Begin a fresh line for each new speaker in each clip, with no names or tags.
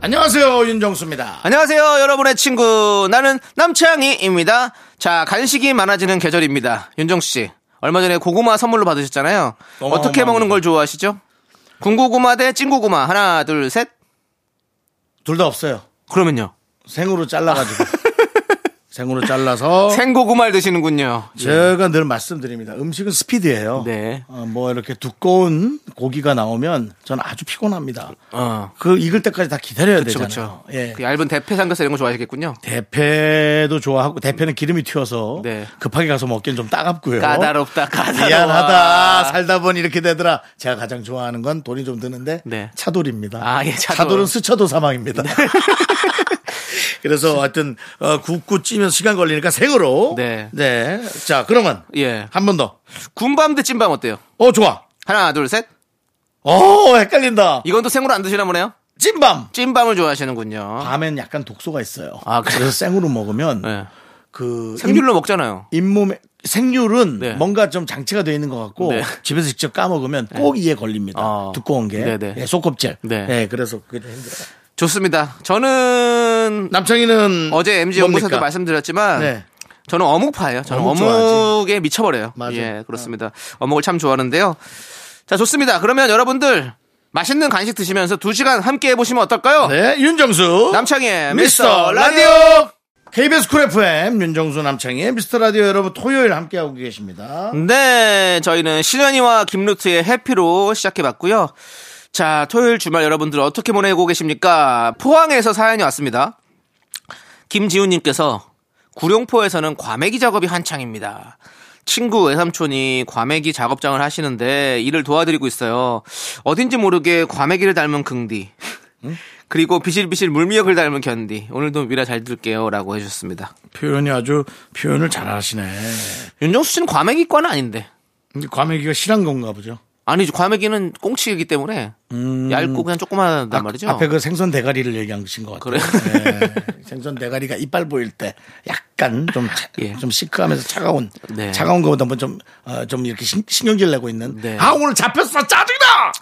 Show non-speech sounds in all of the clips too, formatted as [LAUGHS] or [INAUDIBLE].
안녕하세요 윤정수입니다.
안녕하세요, 여러분의 친구. 나는 남창희입니다. 자, 간식이 많아지는 계절입니다. 윤정씨, 얼마 전에 고구마 선물로 받으셨잖아요. 어떻게 먹는 걸 좋아하시죠? 군고구마 대 찐고구마. 하나, 둘, 셋.
둘 다 없어요.
그러면요.
생으로
[LAUGHS]
잘라가지고 생으로 잘라서
생고구마를 드시는군요.
제가 늘 말씀드립니다. 음식은 스피드예요.
네.
어, 뭐 이렇게 두꺼운 고기가 나오면 저는 아주 피곤합니다.
어.
그 익을 때까지 다 기다려야
그쵸,
되잖아요.
그쵸.
예. 어?
그 얇은 대패 삼겹살 이런 거 좋아하시겠군요.
대패도 좋아하고 대패는 기름이 튀어서
네.
급하게 가서 먹기엔 좀 따갑고요.
까다롭다, 까다로워.
미안하다. 살다 보니 이렇게 되더라. 제가 가장 좋아하는 건 돈이 좀 드는데
네.
차돌입니다.
아, 예, 차돌.
은 스쳐도
[LAUGHS]
사망입니다. 그래서 하여튼 어, 굽고 찌면 시간 걸리니까 생으로.
네.
자, 그러면
예.
한 번 더.
군밤 대 찐밤 어때요?
어, 좋아.
하나, 둘, 셋.
어, 헷갈린다.
이건 또 생으로 안 드시나 보네요?
찐밤.
찐밤을 좋아하시는군요.
밤엔 약간 독소가 있어요.
아, 그래요?
그래서 생으로 먹으면
네.
그
생귤로 먹잖아요.
잇몸에 생률은
네.
뭔가 좀 장치가 되어 있는 것 같고
네.
집에서 직접 까먹으면 꼭 이에 걸립니다.
아.
두꺼운 게
네네.
예, 속껍질.
네.
예, 그래서 그게 좀 힘들어요.
좋습니다. 저는
남창희는
어제 MG 연구소도
뭡니까?
말씀드렸지만
네.
저는 어묵파예요. 저는
어묵
어묵
좋아하지.
에 미쳐버려요.
맞아.
예, 그렇습니다. 어묵을 참 좋아하는데요. 자, 좋습니다. 그러면 여러분들 맛있는 간식 드시면서 두 시간 함께 해보시면 어떨까요?
네, 윤정수
남창희의
미스터
미스터 라디오.
라디오 KBS 쿨 FM 윤정수 남창희의 미스터 라디오 여러분 토요일 함께하고 계십니다.
네, 저희는 신현이와 김루트의 해피로 시작해봤고요. 자, 토요일 주말 여러분들 어떻게 보내고 계십니까? 포항에서 사연이 왔습니다. 김지훈님께서 구룡포에서는 과메기 작업이 한창입니다. 친구 외삼촌이 과메기 작업장을 하시는데 일을 도와드리고 있어요. 어딘지 모르게 과메기를 닮은 긍디. 그리고 비실비실 물미역을 닮은 견디. 오늘도 미라 잘 들게요. 라고 해주셨습니다.
표현이 아주 표현을 잘하시네.
윤정수 씨는 과메기과는 아닌데.
근데 과메기가 실한 건가 보죠.
아니죠. 과메기는 꽁치이기 때문에 얇고 그냥 조그만하단
앞-
말이죠.
음. 앞에 그 생선 대가리를 얘기한 것인 것 같아요. 네. 생선 대가리가 이빨 보일 때 약간 좀, 차-
예.
좀 시크하면서 차가운,
네.
차가운 것보다 뭐 좀, 어, 좀 이렇게 신, 신경질 내고 있는.
네.
아, 오늘 잡혔어! 짜증나!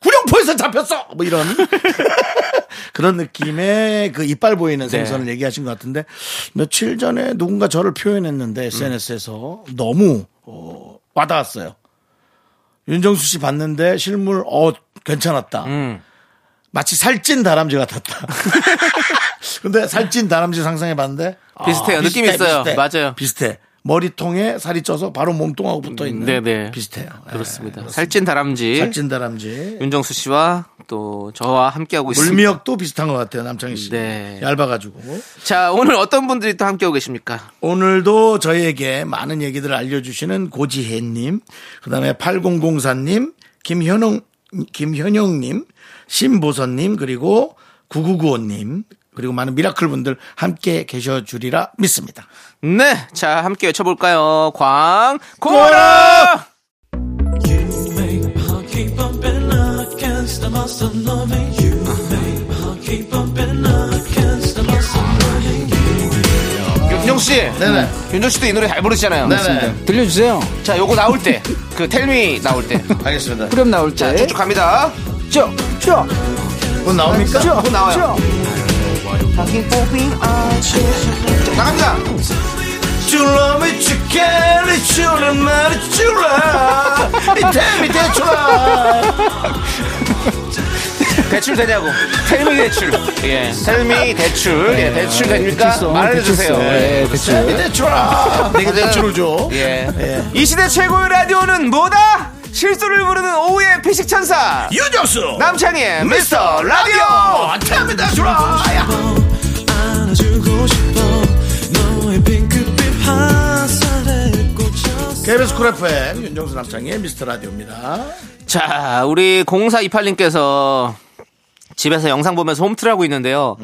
구룡포에서 잡혔어! 뭐 이런. [LAUGHS] 그런 느낌의 그 이빨
네.
보이는 생선을 얘기하신 것 같은데 며칠 전에 누군가 저를 표현했는데
음.
SNS에서 너무 어, 와닿았어요. 윤정수 씨 봤는데 실물 어 괜찮았다.
음.
마치 살찐 다람쥐 같았다. [LAUGHS] 근데 살찐 다람쥐 상상해 봤는데 아,
비슷해요. 느낌이 있어요. 맞아요.
비슷해. 머리통에 살이 쪄서 바로 몸통하고 붙어 있는.
음, 네네.
비슷해요.
그렇습니다.
예,
살찐 음. 다람쥐
살찐 다람쥐.
윤정수 씨와 또 저와 함께하고 있습니다.
물미역도 비슷한 것 같아요. 남창희 씨.
네.
얇아가지고.
자 오늘 어떤 분들이 또 함께하고 계십니까?
오늘도 저희에게 많은 얘기들을 알려주시는 고지혜님, 그 다음에 8004님, 김현웅, 김현영님, 신보선님, 그리고 9995님, 그리고 많은 미라클 분들 함께 계셔주리라 믿습니다.
네, 자 함께 외쳐볼까요? 광고라. 윤정 씨,
네네.
윤정 씨도 이 노래 잘 부르시잖아요.
네네.
들려주세요.
자, 요거 나올 때, 그 텔미 나올 때,
알겠습니다.
그럼 나올 때.
네.
쭉쭉 갑니다.
쭉, 쭉,
곧 나옵니까?
쭉,
또 나와요.
쭉.
나갑니다.
You love me, you care, you love me, you love. 이 템이 대출아.
[LAUGHS] 대출 되냐고. 텔미 대출. 예. 텔미 대출. 예. 대출
네,
됩니까?
대출성,
말해주세요.
대출성.
예.
예,
이
대출.
대출아. 내게 대출을 줘.
예.
네. 예.
이 시대 최고의 라디오는 뭐다? 실수를 부르는 오후의 피식천사.
유정수.
남창희의 미스터 라디오!
아, 템이 대출아. 야. KBS 쿨 FM 윤정수 남창희의 미스터 라디오입니다.
자, 우리 0428님께서 집에서 영상 보면서 홈트를 하고 있는데요.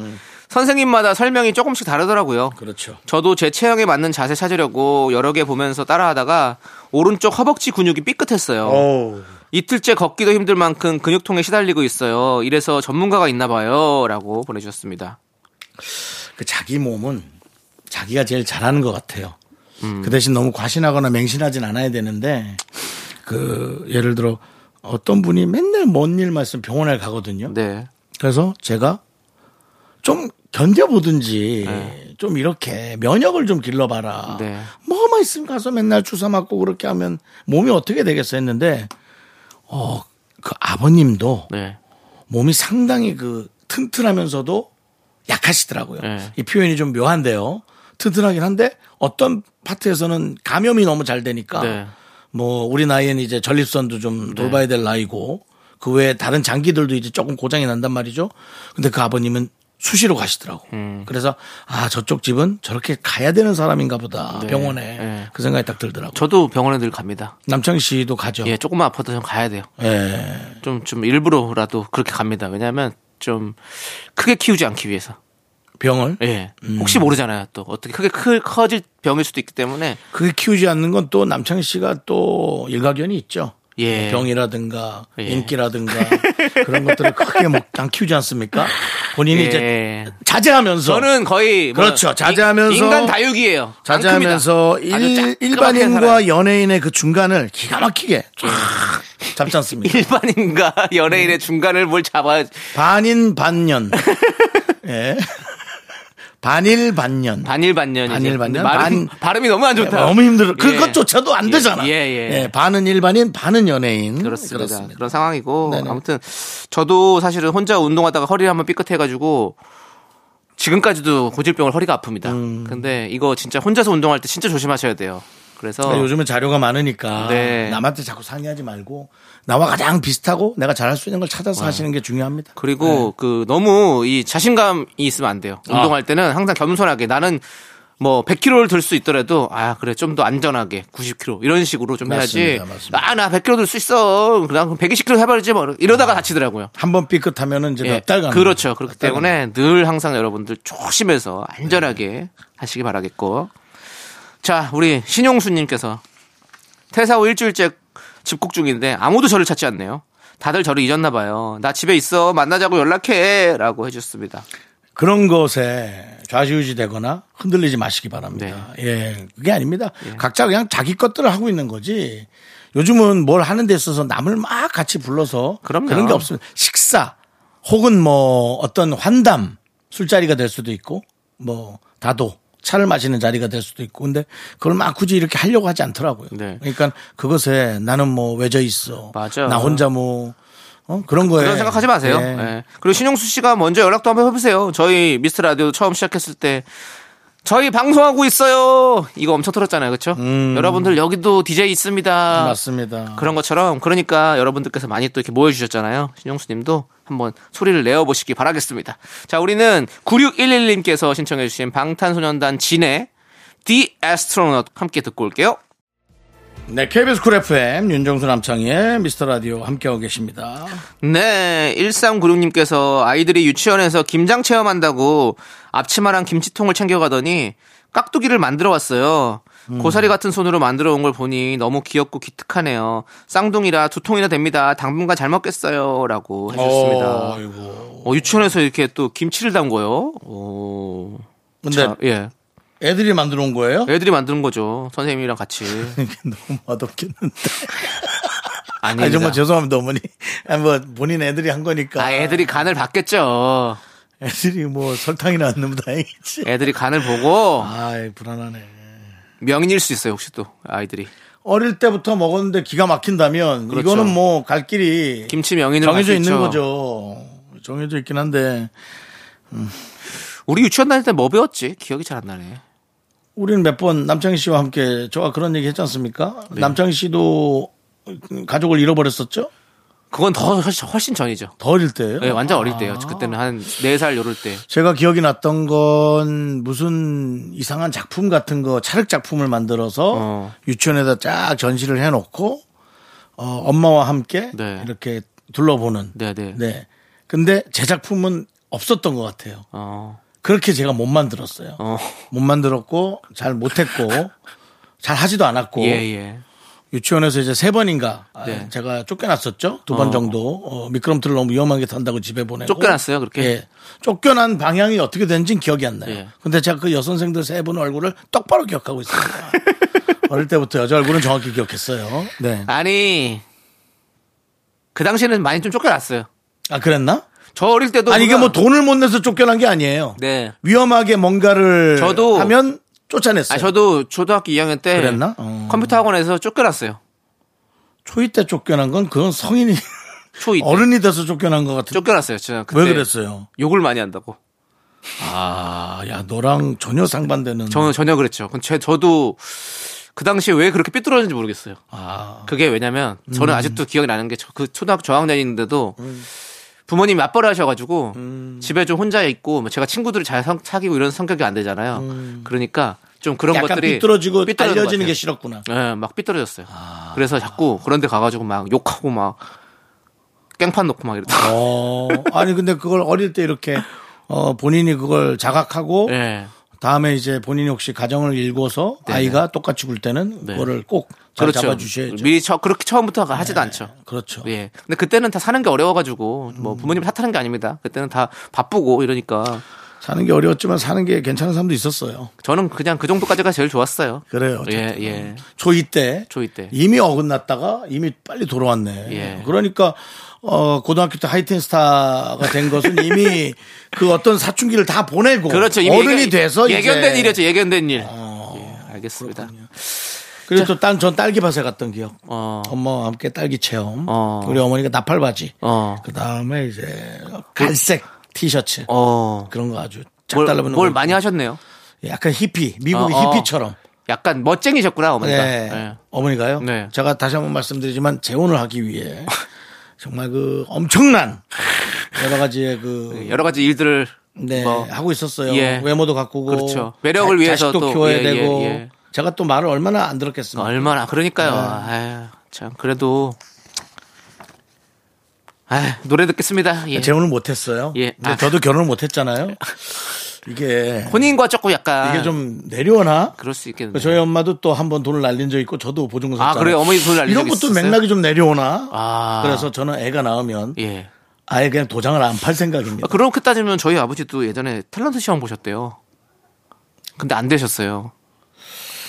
선생님마다 설명이 조금씩 다르더라고요.
그렇죠.
저도 제 체형에 맞는 자세 찾으려고 여러 개 보면서 따라하다가 오른쪽 허벅지 근육이 삐끗했어요.
오.
이틀째 걷기도 힘들 만큼 근육통에 시달리고 있어요. 이래서 전문가가 있나 봐요. 라고 보내주셨습니다.
그 자기 몸은 자기가 제일 잘하는 것 같아요. 그 대신 너무 과신하거나 맹신하진 않아야 되는데 그 예를 들어 어떤 분이 맨날 뭔 일만 있으면 병원에 가거든요.
네.
그래서 제가 좀 견뎌보든지 좀 이렇게 면역을 좀 길러봐라.
네.
뭐만 있으면 가서 맨날 주사 맞고 그렇게 하면 몸이 어떻게 되겠어 했는데 어, 그 아버님도
네.
몸이 상당히 그 튼튼하면서도 약하시더라고요.
네.
이 표현이 좀 묘한데요. 튼튼하긴 한데 어떤 파트에서는 감염이 너무 잘 되니까
네.
뭐 우리 나이에는 이제 전립선도 좀 돌봐야 될 나이고 그 외에 다른 장기들도 이제 조금 고장이 난단 말이죠. 근데 그 아버님은 수시로 가시더라고.
음.
그래서 아 저쪽 집은 저렇게 가야 되는 사람인가 보다 병원에
네.
그 생각이 딱 들더라고. 요
저도 병원에 늘 갑니다.
남창희 씨도 가죠.
예, 조금만 아파도 좀 가야 돼요.
예.
좀, 좀 일부러라도 그렇게 갑니다. 왜냐하면 좀 크게 키우지 않기 위해서.
병을
예.
음.
혹시 모르잖아요. 또 어떻게 크게 클, 커질 병일 수도 있기 때문에.
그게 키우지 않는 건 또 남창희 씨가 또 일가견이 있죠. 뭐
예.
병이라든가
예.
인기라든가 [LAUGHS] 그런 것들을 크게 뭐, 안 키우지 않습니까? 본인이 이제
예.
자제하면서
저는 거의 뭐
그렇죠.
인-
자제하면서-
인간 다육이에요.
자제하면서
안 큽니다. 아주
일,
짝그맣게 살아요.
일반인과 연예인의 그 중간을 기가 막히게 쫙
예.
잡지
[LAUGHS]
않습니까?
일반인과
음.
연예인의 중간을 뭘 잡아
반인 반년. [LAUGHS] 예. 반일 반년.
반일 반년이죠.
반일
근데
반년?
발음,
반-
발음이 너무 안 좋다.
너무 힘들어.
예.
그것조차도 안
예.
되잖아.
예, 예.
반은 일반인, 반은 연예인.
그렇습니다.
그렇습니다.
그런 상황이고
네네.
아무튼 저도 사실은 혼자 운동하다가 허리를 한번 삐끗해가지고 지금까지도 고질병을 허리가 아픕니다.
음.
근데 이거 진짜 혼자서 운동할 때 진짜 조심하셔야 돼요. 그래서
근데 요즘은 자료가 많으니까
어. 네.
남한테 자꾸 상의하지 말고 나와 가장 비슷하고 내가 잘할 수 있는 걸 찾아서
어.
하시는 게 중요합니다.
그리고 그 너무 이 자신감이 있으면 안 돼요.
아.
운동할 때는 항상 겸손하게 나는 뭐 100kg를 들 수 있더라도 아 그래 좀 더 안전하게 90kg 이런 식으로 좀 해야지.
맞습니다, 맞습니다.
아 나 100kg 들 수 있어. 그럼 120kg 해버리지 뭐 이러다가 다치더라고요.
한 번 삐끗하면은 이제
예,
몇 달간
그렇죠.
몇
그렇기
달간.
때문에 늘 항상 여러분들 조심해서 안전하게
네.
하시기 바라겠고. 자, 우리 신용수님께서 퇴사 후 일주일째 집콕 중인데 아무도 저를 찾지 않네요. 다들 저를 잊었나 봐요. 나 집에 있어. 만나자고 연락해라고 해주셨습니다.
그런 것에 좌지우지 되거나 흔들리지 마시기 바랍니다.
네.
예, 그게 아닙니다. 각자 그냥 자기 것들을 하고 있는 거지. 요즘은 뭘 하는 데 있어서 남을 막 같이 불러서
그럼요.
런게 없습니다. 식사 혹은 뭐 어떤 환담 술자리가 될 수도 있고 뭐 다도 차를 마시는 자리가 될 수도 있고 근데 그걸 막 굳이 이렇게 하려고 하지 않더라고요.
네.
그러니까 그것에 나는 뭐 외져 있어.
맞아.
나 혼자 뭐 어? 그런 거에
그런 생각하지 마세요.
예.
예. 그리고 신용수 씨가 먼저 연락도 한번 해보세요. 저희 미스터 라디오 처음 시작했을 때 저희 방송하고 있어요. 이거 엄청 틀었잖아요, 그렇죠?
음.
여러분들 여기도 DJ 있습니다.
맞습니다.
그런 것처럼 그러니까 여러분들께서 많이 또 이렇게 모여주셨잖아요. 신용수님도 한번 소리를 내어보시기 바라겠습니다. 자, 우리는 9611님께서 신청해주신 방탄소년단 진의 The Astronaut 함께 듣고 올게요.
네, KBS 쿨 FM 윤정수 남창희의 미스터 라디오 함께하고 계십니다.
네, 1396님께서 아이들이 유치원에서 김장 체험한다고 앞치마랑 김치통을 챙겨가더니 깍두기를 만들어 왔어요. 고사리 같은 손으로 만들어 온 걸 보니 너무 귀엽고 기특하네요. 쌍둥이라 두 통이나 됩니다. 당분간 잘 먹겠어요. 라고 해주셨습니다.
아이고.
어, 유치원에서 이렇게 또 김치를 담궈요. 오.
근데
자, 예.
애들이 만들어 온 거예요?
애들이 만드는 거죠. 선생님이랑 같이.
네. [LAUGHS] 이게 너무 맛없겠는데.
아니,
아니, 정말 죄송합니다, 어머니. 아니, 뭐, 본인 애들이 한 거니까.
아, 애들이 간을 봤겠죠.
애들이 뭐, 설탕이나 안 넣으면 다행이지.
애들이 간을 보고
네. 아이, 불안하네.
명인일 수 있어요, 혹시 또 아이들이.
어릴 때부터 먹었는데 기가 막힌다면,
그렇죠.
이거는 뭐, 갈 길이.
김치 명인으로 갈수
정해져 있는
있죠.
거죠. 정해져 있긴 한데,
우리 유치원 다닐 때 뭐 배웠지? 기억이 잘 안 나네.
우리는 몇 번 남창희 씨와 함께 저와 그런 얘기 했지 않습니까?
네.
남창희 씨도 가족을 잃어버렸었죠?
그건 더 훨씬, 훨씬 전이죠.
더 어릴 때예요 아.
예, 완전 어릴 때요. 그때는 한 네 살 요럴 때.
제가 기억이 났던 건 무슨 이상한 작품 같은 거 찰흙 작품을 만들어서
어.
유치원에다 쫙 전시를 해놓고 어, 엄마와 함께
네.
이렇게 둘러보는.
네, 네.
근데 제 작품은 없었던 것 같아요.
어.
그렇게 제가 못 만들었어요.
어.
못 만들었고 잘 못했고
[LAUGHS]
잘 하지도 않았고
예, 예.
유치원에서 이제 세 번인가 아,
네.
제가 쫓겨났었죠. 두 번
어.
정도 어, 미끄럼틀을 너무 위험하게 탄다고 집에 보내고
쫓겨났어요, 그렇게?
예. 쫓겨난 방향이 어떻게 되는지는 기억이 안 나요.
예.
근데 제가 그 여선생들 세 분 얼굴을 똑바로 기억하고
[LAUGHS]
있습니다. 어릴 때부터 여자 얼굴은 정확히 기억했어요. 네.
아니 그 당시에는 많이 좀 쫓겨났어요.
아 그랬나?
저 어릴 때도
아니 이게
누가-
뭐 돈을 못 내서 쫓겨난 게 아니에요.
네.
위험하게 뭔가를
저도-
하면 쫓아냈어요.
아 저도 초등학교 2학년 때
그랬나? 어.
컴퓨터 학원에서 쫓겨났어요.
초이 때 쫓겨난 건 그건 성인이
초이 때
어른이 돼서 쫓겨난 것 같은.
쫓겨났어요. 제가 그때
왜 그랬어요?
욕을 많이 한다고.
아, 야 너랑 전혀 상반되는.
저는 전혀 그랬죠. 근데 제- 저도 그 당시에 왜 그렇게 삐뚤어졌는지 모르겠어요.
아,
그게 왜냐면
음.
저는 아직도 기억이 나는 게 그 초등학교 저학년인데도 부모님이 맞벌이 하셔가지고
음.
집에 좀 혼자 있고 뭐 제가 친구들을 잘 성- 사귀고 이런 성격이 안 되잖아요. 그러니까 좀 그런
음. 약간
것들이
삐뚤어지고
삐뚤어진 것
알려지는
같아요.
게 싫었구나.
예, 막 삐뚤어졌어요.
아.
그래서 자꾸 그런데 가가지고 막 욕하고 막 깽판 놓고 막 이러다. 가
어, 아니 근데 그걸 어릴 때 이렇게 어 본인이 그걸 자각하고
예,
다음에 이제 본인이 혹시 가정을 일궈서 아이가 똑같이 굴 때는
네.
그거를 꼭 잘
그렇죠.
잡아주셔야죠.
미리 처, 그렇게 처음부터 하지도 않죠.
그렇죠. 음.
예. 근데 그때는 다 사는 게 어려워가지고 뭐 부모님 탓하는 게 아닙니다. 그때는 다 바쁘고 이러니까
사는 게 어려웠지만 사는 게 괜찮은 사람도 있었어요.
저는 그냥 그 정도까지가 제일 좋았어요.
그래요.
예,
어쨌든.
예.
초이 때
초이 때.
이미 어긋났다가 이미 빨리 돌아왔네.
예.
그러니까 어 고등학교 때 하이틴 스타가 된 것은
[LAUGHS]
이미 그 어떤 사춘기를 다 보내고
그렇죠. 이미
어른이
예견-
돼서
예견된
이제 어,
일이었죠. 예견된 일. 예, 알겠습니다.
그리고 또 딴 전 딸기밭에 갔던 기억.
어.
엄마와 함께 딸기 체험.
어.
우리 어머니가 나팔바지.
어.
그 다음에 이제 갈색 티셔츠.
어.
그런 거 아주 짝
뭘,
달라붙는
뭘
거.
많이 하셨네요.
약간 히피. 미국의
어, 어.
히피처럼.
약간 멋쟁이셨구나 어머니가.
네.
예.
어머니가요?
네.
제가 다시 한번 말씀드리지만 재혼을 하기 위해 정말 그 엄청난 여러 가지의 그
예, 여러 가지 일들을
네,
뭐
하고 있었어요.
예.
외모도 가꾸고
그렇죠. 매력을 위해서
자식도
또,
키워야
예, 예,
되고
예.
제가 또 말을 얼마나 안 들었겠습니까?
얼마나 그러니까요.
네.
아유, 참 그래도 아 노래 듣겠습니다. 예.
재혼을 못했어요.
예.
근데
아.
저도 결혼을 못했잖아요. 이게
혼인과 조금 약간
이게 좀 내려오나?
그럴 수 있겠네요.
저희 엄마도 또 한 번 돈을 날린 적 있고 저도 보증금
아,
썼잖아요.
그래요? 어머니 돈을 날린
이런
적
것도
있었어요?
맥락이 좀 내려오나?
아.
그래서 저는 애가 나오면
예.
아예 그냥 도장을 안 팔
아,
생각입니다.
그렇게 따지면 저희 아버지도 예전에 탤런트 시험 보셨대요. 근데 안 되셨어요.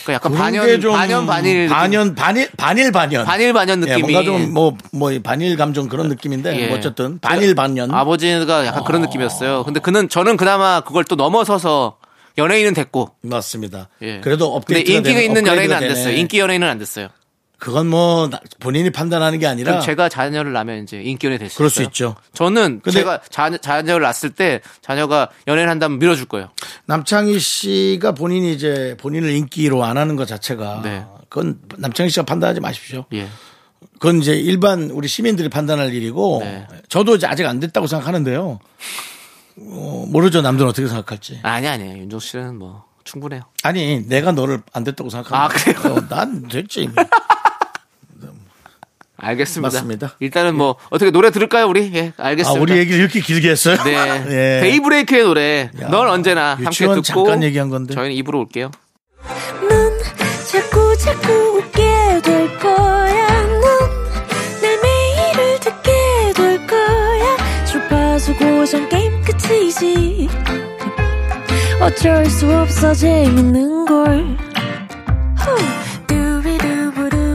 그러니까 약간
그런
반연
게 좀
반연 반일
반연 반일 반일 반연
반일 반연
예,
느낌이
뭔가 좀 뭐 뭐 반일 감정 그런 느낌인데
예.
뭐 어쨌든 반일 반연
아버지가 뭐 약간 그런 느낌이었어요. 근데 그는 저는 그나마 그걸 또 넘어서서 연예인은 됐고.
맞습니다.
예.
그래도
근데
업데이트가
인기가
되는,
있는 연예인은
업그레이드가
안
되네.
됐어요. 인기 연예인은 안 됐어요.
그건 뭐 나- 본인이 판단하는 게 아니라
그럼 제가 자녀를 낳으면 이제 인기 연예 될수
그럴 수 있죠.
저는
근데-
제가 자, 자녀를 낳았을 때 자녀가 연예인 한다면 밀어줄 거예요.
남창희 씨가 본인이 이제 본인을 인기로 안 하는 것 자체가
네.
그건 남창희 씨가 판단하지 마십시오.
예.
그건 이제 일반 우리 시민들이 판단할 일이고
네.
저도 이제 아직 안 됐다고 생각하는데요. 어, 모르죠 남들은 어떻게 생각할지.
아니 아니에요. 윤종 씨는 뭐 충분해요.
아니 내가 너를 안 됐다고 생각하는
아, 그래요?
어, 난 됐지.
알겠습니다.
맞습니다. 예.
일단은 뭐 어떻게 노래 들을까요, 우리? 예,
아
알겠습니다.
우리 얘기를 이렇게 길게 했어요?
네.
[LAUGHS] 예.
데이브레이크의 노래.
야,
넌 언제나 함께
유치원
듣고
잠깐 얘기한 건데.
저희는 입으로 올게요.
넌 자꾸 자꾸 웃게 될 거야. 넌내 매일을 듣게 될 거야. 주파수 고정 게임 끝이지. 어쩔 수 없어 재밌는 걸. 후. 두비두부두.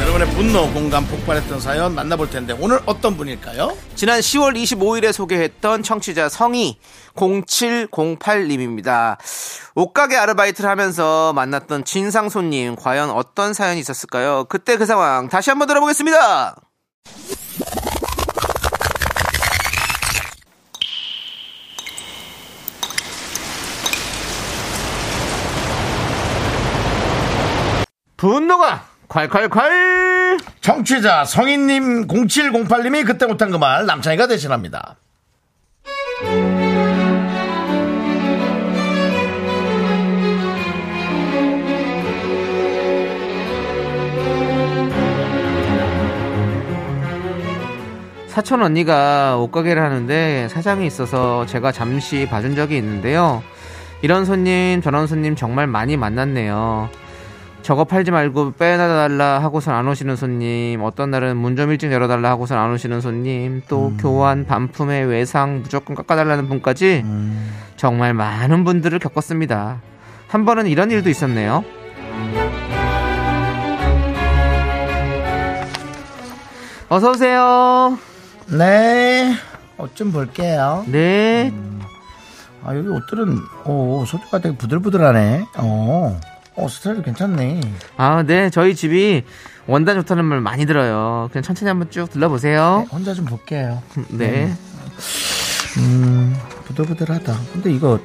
여러분의 분노 공감 폭발했던 사연 만나볼 텐데 오늘 어떤 분일까요?
지난 10월 25일에 소개했던 청취자 성희 0708님입니다. 옷가게 아르바이트를 하면서 만났던 진상 손님 과연 어떤 사연이 있었을까요? 그때 그 상황 다시 한번 들어보겠습니다. 분노가 콸콸콸!
청취자 성인님 0708님이 그때 못한 그 말 남창희가 대신합니다.
사촌 언니가 옷가게를 하는데 사장이 있어서 제가 잠시 봐준 적이 있는데요. 이런 손님, 저런 손님 정말 많이 만났네요. 저거 팔지 말고 빼놔달라 하고선 안 오시는 손님, 어떤 날은 문 좀 일찍 열어달라 하고선 안 오시는 손님, 또 교환, 반품에 외상 무조건 깎아달라는 분까지 정말 많은 분들을 겪었습니다. 한 번은 이런 일도 있었네요. 어서오세요.
네. 옷 좀 볼게요.
네.
아, 여기 옷들은, 오, 소재가 되게 부들부들하네. 어, 어, 스타일 괜찮네.
아, 네. 저희 집이 원단 좋다는 말 많이 들어요. 그냥 천천히 한번 쭉
네,
둘러보세요.
혼자 좀 볼게요.
네.
부들부들하다. 근데 이거,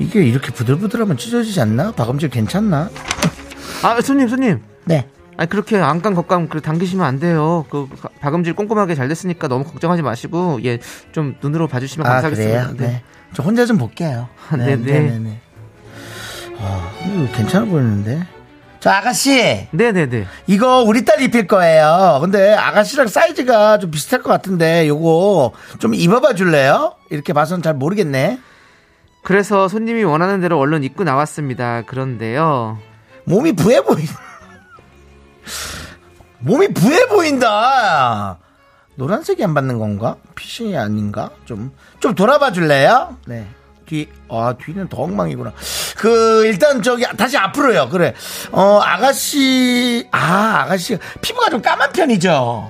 이게 이렇게 부들부들하면 찢어지지 않나? 박음질 괜찮나?
아, 손님, 손님.
네.
아니, 그렇게 안감, 겉감, 그 당기시면 안 돼요. 그, 가- 박음질 꼼꼼하게 잘 됐으니까 너무 걱정하지 마시고, 예, 좀 눈으로 봐주시면
아,
감사하겠습니다.
그래요? 네. 저 혼자 좀 볼게요.
[LAUGHS] 네, 네.
네. 아, 이거 괜찮아 보이는데? 저 아가씨!
네. 네네네.
이거 우리 딸 입힐 거예요. 근데 아가씨랑 사이즈가 좀 비슷할 것 같은데 요거 좀 입어봐 줄래요? 이렇게 봐서는 잘 모르겠네.
그래서 손님이 원하는 대로 얼른 입고 나왔습니다. 그런데요.
몸이 부해 보인. [LAUGHS] 몸이 부해 보인다. 노란색이 안 받는 건가? 피싱이 아닌가? 좀, 좀 돌아봐 줄래요? 네. 뒤, 아, 뒤는 더 엉망이구나. 그, 일단 저기, 다시 앞으로요. 그래. 어, 아가씨, 아, 아가씨, 피부가 좀 까만 편이죠.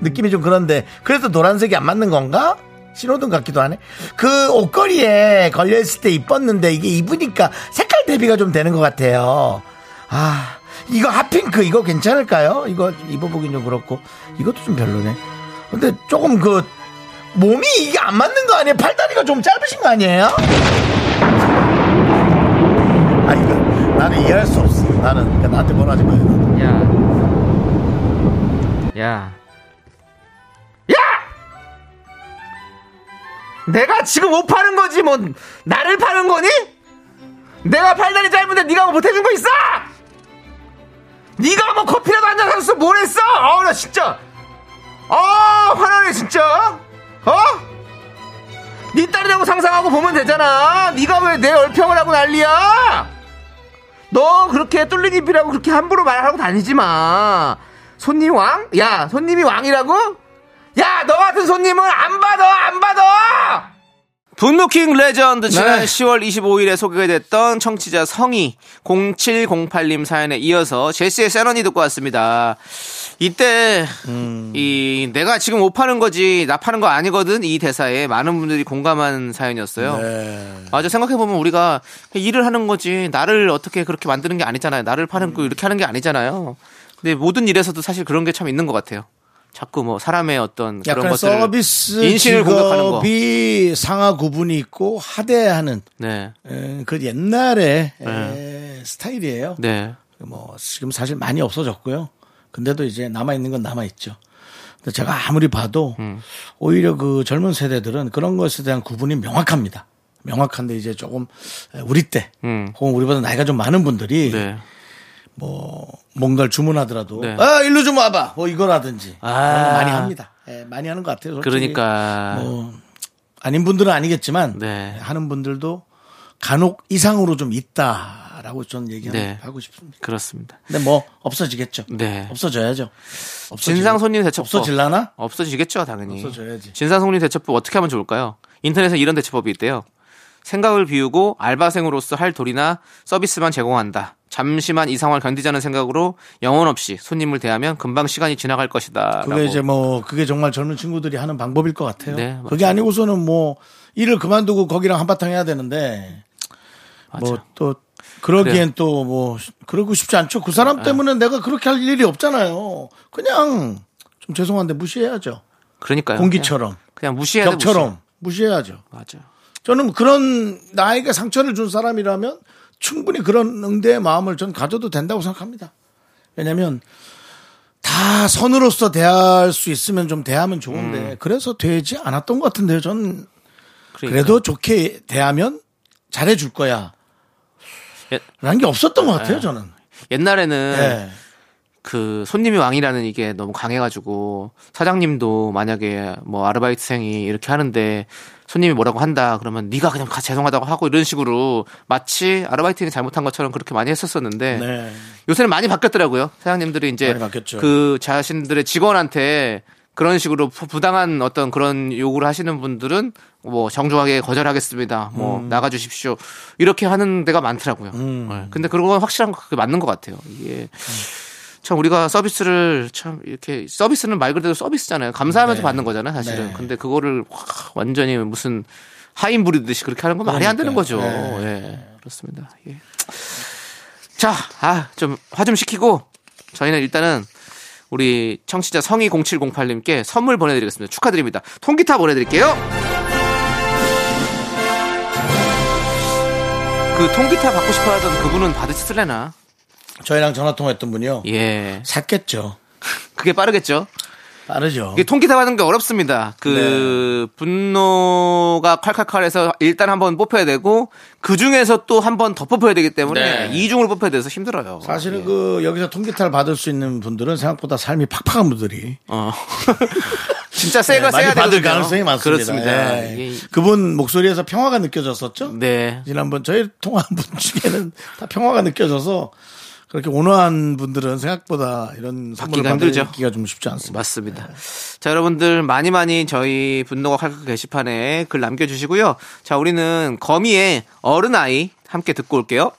느낌이 좀 그런데. 그래서 노란색이 안 맞는 건가? 신호등 같기도 하네. 그 옷걸이에 걸려있을 때 입었는데 이게 입으니까 색깔 대비가 좀 되는 것 같아요. 아, 이거 핫핑크 이거 괜찮을까요? 이거 입어보긴 좀 그렇고 이것도 좀 별로네. 근데 조금 그 몸이 이게 안 맞는 거 아니에요? 팔다리가 좀 짧으신 거 아니에요? 아니 그, 나는 이해할 수 없어. 나는 그러니까 나한테 뭐라 하지 마요.
야. 야. 야! 내가 지금 옷 파는 거지 뭐 나를 파는 거니? 내가 팔다리 짧은데 네가 뭐 못해준 거 있어? 네가 뭐 커피라도 한 잔 사줬어 뭘 했어? 어우 나 진짜 어 화나네 진짜 어? 네 딸이라고 상상하고 보면 되잖아 네가 왜 내 얼평을 하고 난리야? 너 그렇게 뚫린 입이라고 그렇게 함부로 말하고 다니지 마. 손님 왕? 야, 손님이 왕이라고? 야, 너 같은 손님은 안 받아, 안 받아! 분노킹
네.
레전드 지난 10월 25일에 소개가 됐던 청취자 성희 0708님 사연에 이어서 제시의 세런이 듣고 왔습니다. 이때
음.
이 내가 지금 옷 파는 거지 나 파는 거 아니거든 이 대사에 많은 분들이 공감한 사연이었어요.
네.
맞아 생각해보면 우리가 그냥 일을 하는 거지 나를 어떻게 그렇게 만드는 게 아니잖아요 나를 파는
음.
거 이렇게 하는 게 아니잖아요 근데 모든 일에서도 사실 그런 게 참 있는 것 같아요 자꾸 뭐 사람의 어떤 그런
약간
것들을
서비스
인신을 공격하는 거
직업이 상하 구분이 있고 하대하는
네.
에, 그 옛날의
예.
에, 스타일이에요.
네.
뭐 지금 사실 많이 없어졌고요. 근데도 이제 남아 있는 건 남아 있죠. 근데 제가 아무리 봐도
음.
오히려 그 젊은 세대들은 그런 것에 대한 구분이 명확합니다. 명확한데 이제 조금 우리 때
음.
혹은 우리보다 나이가 좀 많은 분들이
네.
뭐 뭔가를 주문하더라도
네.
아 일로 좀 와봐 뭐 이거라든지
아.
그런 거 많이 합니다. 예, 많이 하는 것 같아요. 솔직히.
그러니까.
뭐 아닌 분들은 아니겠지만
네.
하는 분들도 간혹 이상으로 좀 있다라고 저는
네.
얘기하고 싶습니다.
그렇습니다.
근데 뭐 없어지겠죠.
네.
없어져야죠. 없어지-
진상 손님 대처법.
없어질라나?
없어지겠죠, 당연히.
없어져야지.
진상 손님 대처법 어떻게 하면 좋을까요? 인터넷에 이런 대처법이 있대요. 생각을 비우고 알바생으로서 할 도리나 서비스만 제공한다. 잠시만 이 상황을 견디자는 생각으로 영혼 없이 손님을 대하면 금방 시간이 지나갈 것이다.
그게 이제 뭐 그게 정말 젊은 친구들이 하는 방법일 것 같아요.
네, 맞아요.
그게 아니고서는 뭐 일을 그만두고 거기랑 한바탕 해야 되는데 뭐 또
그래요. 아.
그러기엔 또 뭐 그러고 싶지 않죠. 그 사람 때문에 내가 그렇게 할 일이 없잖아요. 그냥 좀 죄송한데 무시해야죠.
그러니까요.
공기처럼
그냥, 그냥 무시해야 돼,
격처럼 무시해야죠.
무시. 맞아.
저는 그런 나에게 상처를 준 사람이라면 충분히 그런 응대의 마음을 전 가져도 된다고 생각합니다. 왜냐면 다 선으로서 대할 수 있으면 좀 대하면 좋은데 그래서 되지 않았던 것 같은데요. 전
음. 그러니까.
그래도 좋게 대하면 잘해줄 거야.
예.
라는 게 없었던 것 같아요. 저는.
옛날에는
예.
그 손님이 왕이라는 이게 너무 강해가지고 사장님도 만약에 뭐 아르바이트생이 이렇게 하는데 손님이 뭐라고 한다 그러면 네가 그냥 가 죄송하다고 하고 이런 식으로 마치 아르바이트생이 잘못한 것처럼 그렇게 많이 했었었는데
네.
요새는 많이 바뀌었더라고요 사장님들이 이제
많이 바뀌었죠.
그 자신들의 직원한테 그런 식으로 부- 부당한 어떤 그런 요구를 하시는 분들은 뭐 정중하게 거절하겠습니다 뭐
음.
나가주십시오 이렇게 하는 데가 많더라고요 네. 근데 그런 건 확실한 거 그게 맞는 것 같아요 이게 참 우리가 서비스를 참 이렇게 서비스는 말 그대로 서비스잖아요. 감사하면서 받는 거잖아요, 사실은.
네.
근데 그거를 확 완전히 무슨 하인 부리듯이 그렇게 하는 건 말이 안 되는 거죠.
그러니까요.
예. 그렇습니다. 예. 자, 아, 좀 화 좀 시키고 저희는 일단은 우리 청취자 성희 0708님께 선물 보내드리겠습니다. 축하드립니다. 통기타 보내드릴게요. 그 통기타 받고 싶어 하던 그분은 받으실래나?
저희랑 전화 통화했던 분이요.
예.
샀겠죠.
그게 빠르겠죠?
빠르죠.
이게 통기타 받는 게 어렵습니다. 그
네.
분노가 칼칼칼해서 일단 한번 뽑혀야 되고 그 중에서 또 한 번 더 뽑혀야 되기 때문에 네. 이중으로 뽑혀야 돼서 힘들어요. 예.
사실은 그 여기서 통기타를 받을 수 있는 분들은 생각보다 삶이 팍팍한 분들이
어. [LAUGHS] 진짜 세가
네, 많이
세야
받을
되거든요.
가능성이 많습니다.
그렇습니다.
예.
이게-
그분 목소리에서 평화가 느껴졌었죠?
네.
지난번 저희 통화한 분 중에는 [LAUGHS] 다 평화가 느껴져서 그렇게 온화한 분들은 생각보다 이런 선물을
받기가 힘들죠.
아, 받기가 좀 쉽지 않습니다.
맞습니다. 자, 여러분들 많이 많이 저희 분노가 칼칼 게시판에 글 남겨주시고요. 자, 우리는 거미의 어른아이 함께 듣고 올게요.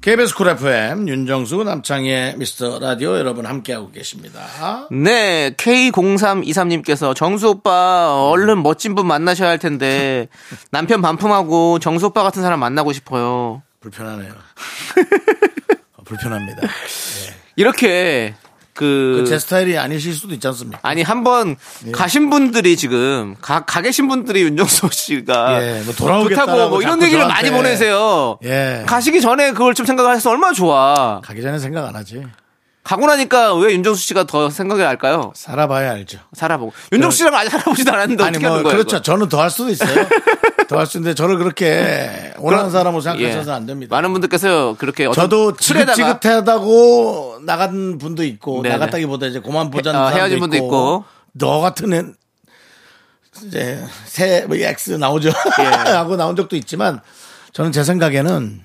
KBS 쿨 FM 윤정수 남창의 미스터 라디오 여러분 함께하고 계십니다.
네, K0323님께서 정수 오빠 얼른 멋진 분 만나셔야 할
[LAUGHS]
텐데 남편 반품하고 정수 오빠 같은 사람 만나고 싶어요.
[LAUGHS] 불편하네요. 어, 불편합니다.
이렇게 그,
제 예. 스타일이 아니실 수도 있지 않습니까?
아니 한번 가신 분들이 지금 가, 가 계신 분들이 윤정수 씨가
예, 뭐 돌아오겠다라고
좋다고 뭐 이런
자꾸
얘기를
저한테.
많이 보내세요.
예.
가시기 전에 그걸 좀 생각하셔서 얼마나 좋아.
가기 전에 생각 안 하지.
가고 나니까 왜 윤정수 씨가 더 생각이 날까요?
살아봐야 알죠.
살아보고 윤정수 씨랑 아직 살아보지도 않았는데
그 아니
어떻게
뭐
하는 거예요?
그렇죠.
이거?
저는 더 할 수도
[LAUGHS]
있어요. 더 할 수 있는데 저를 아, 그렇게 원하는 사람으로 생각하셔서
예.
안 됩니다.
많은 분들께서 그렇게 어떤
저도
틀에다가
지긋지긋하다고 나간 분도 있고
네네.
나갔다기보다 이제 고만 보자는
어,
사람도
헤어진 분도 있고.
너 같은 애 이제 새뭐 X 나오죠
예.
[LAUGHS] 하고 나온 적도 있지만 저는 제 생각에는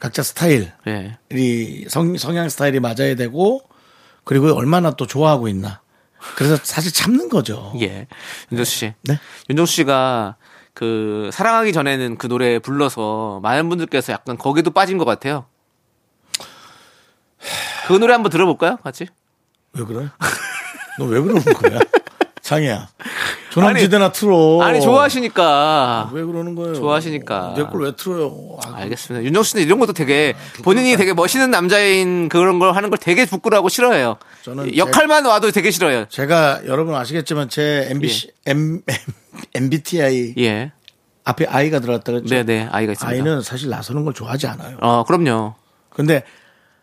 각자 스타일
예.
이 성, 성향 스타일이 맞아야 되고 그리고 얼마나 또 좋아하고 있나 그래서 사실 참는 거죠
예. 윤정수 씨.
네.
윤정수 씨가 그 사랑하기 전에는 그 노래 불러서 많은 분들께서 약간 거기도 빠진 것 같아요. 그 노래 한번 들어볼까요? 같이?
왜 그래? 너 왜 그러는 거야? 장이야 조남지대나 틀어
아니 좋아하시니까.
왜 그러는 거예요?
좋아하시니까. 예.
내 걸 왜 틀어요? 아,
알겠습니다. 윤정수 씨는 이런 것도 되게 본인이
그러니까.
되게 멋있는 남자인 그런 걸 하는 걸 되게 부끄러워하고 싫어해요.
저는
역할만 와도 되게 싫어해요.
제가 여러분 아시겠지만 제 MBC, M, MBTI
예.
앞에 아이가 들어갔다 그랬죠.
네네. 아이가 있습니다.
아이는 사실 나서는 걸 좋아하지 않아요.
어, 그럼요.
근데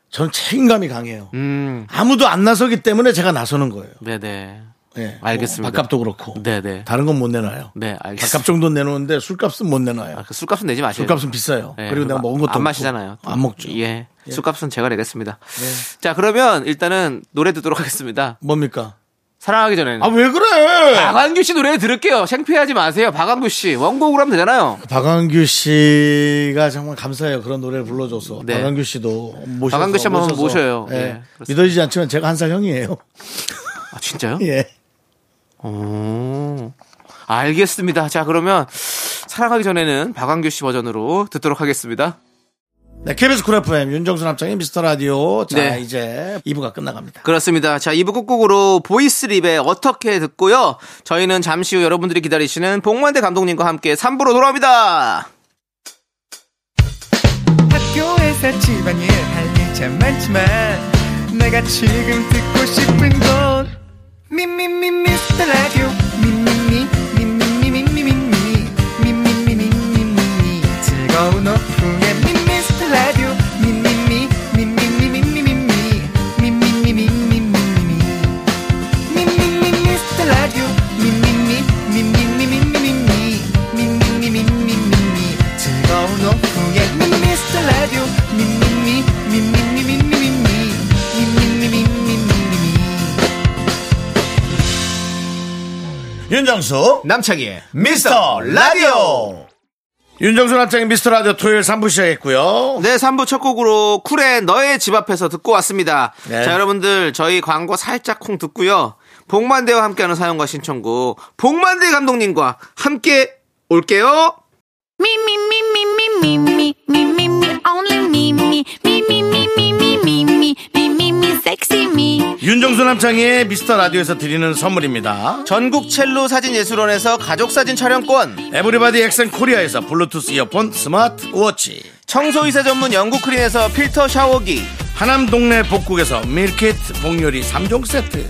저는 책임감이 강해요.
음.
아무도 안 나서기 때문에 제가 나서는 거예요.
네네.
예.
알겠습니다.
뭐 밥값도 그렇고.
네네.
다른 건 못 내놔요.
네, 알겠습니다.
밥값 정도는 내놓는데 술값은 못 내놔요.
아, 그 술값은 내지 마세요.
술값은 비싸요.
예,
그리고 내가
아,
먹은 것도
안
없고.
마시잖아요.
안 먹죠. 네.
예. 술값은 제가 내겠습니다. 자, 그러면 일단은 노래 듣도록 하겠습니다.
뭡니까?
사랑하기 전에는.
아 왜 그래?
박완규 씨 노래 들을게요. 창피하지 마세요. 박완규 씨. 원곡으로 하면 되잖아요.
박완규 씨가 정말 감사해요. 그런 노래를 불러줘서.
네.
박완규 씨도 모셔서.
박완규 씨 한번
모셔서.
모셔요.
예.
예, 그렇습니다.
믿어지지 않지만 제가 한 살 형이에요. [LAUGHS]
아, 진짜요?
예.
오. 알겠습니다. 자, 그러면 사랑하기 전에는 박완규 씨 버전으로 듣도록 하겠습니다.
네, KBS 쿨 FM 윤정수 남창의 미스터 라디오. 자,
네.
이제 2부가 끝나갑니다.
그렇습니다. 자, 2부 끝곡으로 보이스립에 어떻게 듣고요. 저희는 잠시 후 여러분들이 기다리시는 복만대 감독님과 함께 3부로 돌아옵니다.
학교에서 집안일 할 일 참 많지만 내가 지금 듣고 싶은 건 미미미 미스터 라디오 미미미 미미미 미미미 미미미 미미미 즐거운 오후 미미스터 라디오 미미미 미미미 미미미
윤정수
남창희의
미스터 라디오
윤정수 남창의 미스터 라디오 토요일 3부 시작했고요.
네, 3부 첫 곡으로 쿨의 너의 집 앞에서 듣고 왔습니다.
네.
자, 여러분들 저희 광고 살짝 콩 듣고요. 복만대와 함께하는 사연과 신청곡 복만대 감독님과 함께 올게요.
Me, me, me, me, me, me, me, me, me, me, only me, me, me, me, me, me, me, me, me, me, me, me, sexy me.
윤정수 남창의 미스터 라디오에서 드리는 선물입니다.
전국 첼로 사진 예술원에서 가족 사진 촬영권,
에브리바디 엑센 코리아에서 블루투스 이어폰 스마트 워치.
청소 이사 전문 영국 크린에서 필터 샤워기,
하남 동네 복국에서 밀키트 복요리 3종 세트.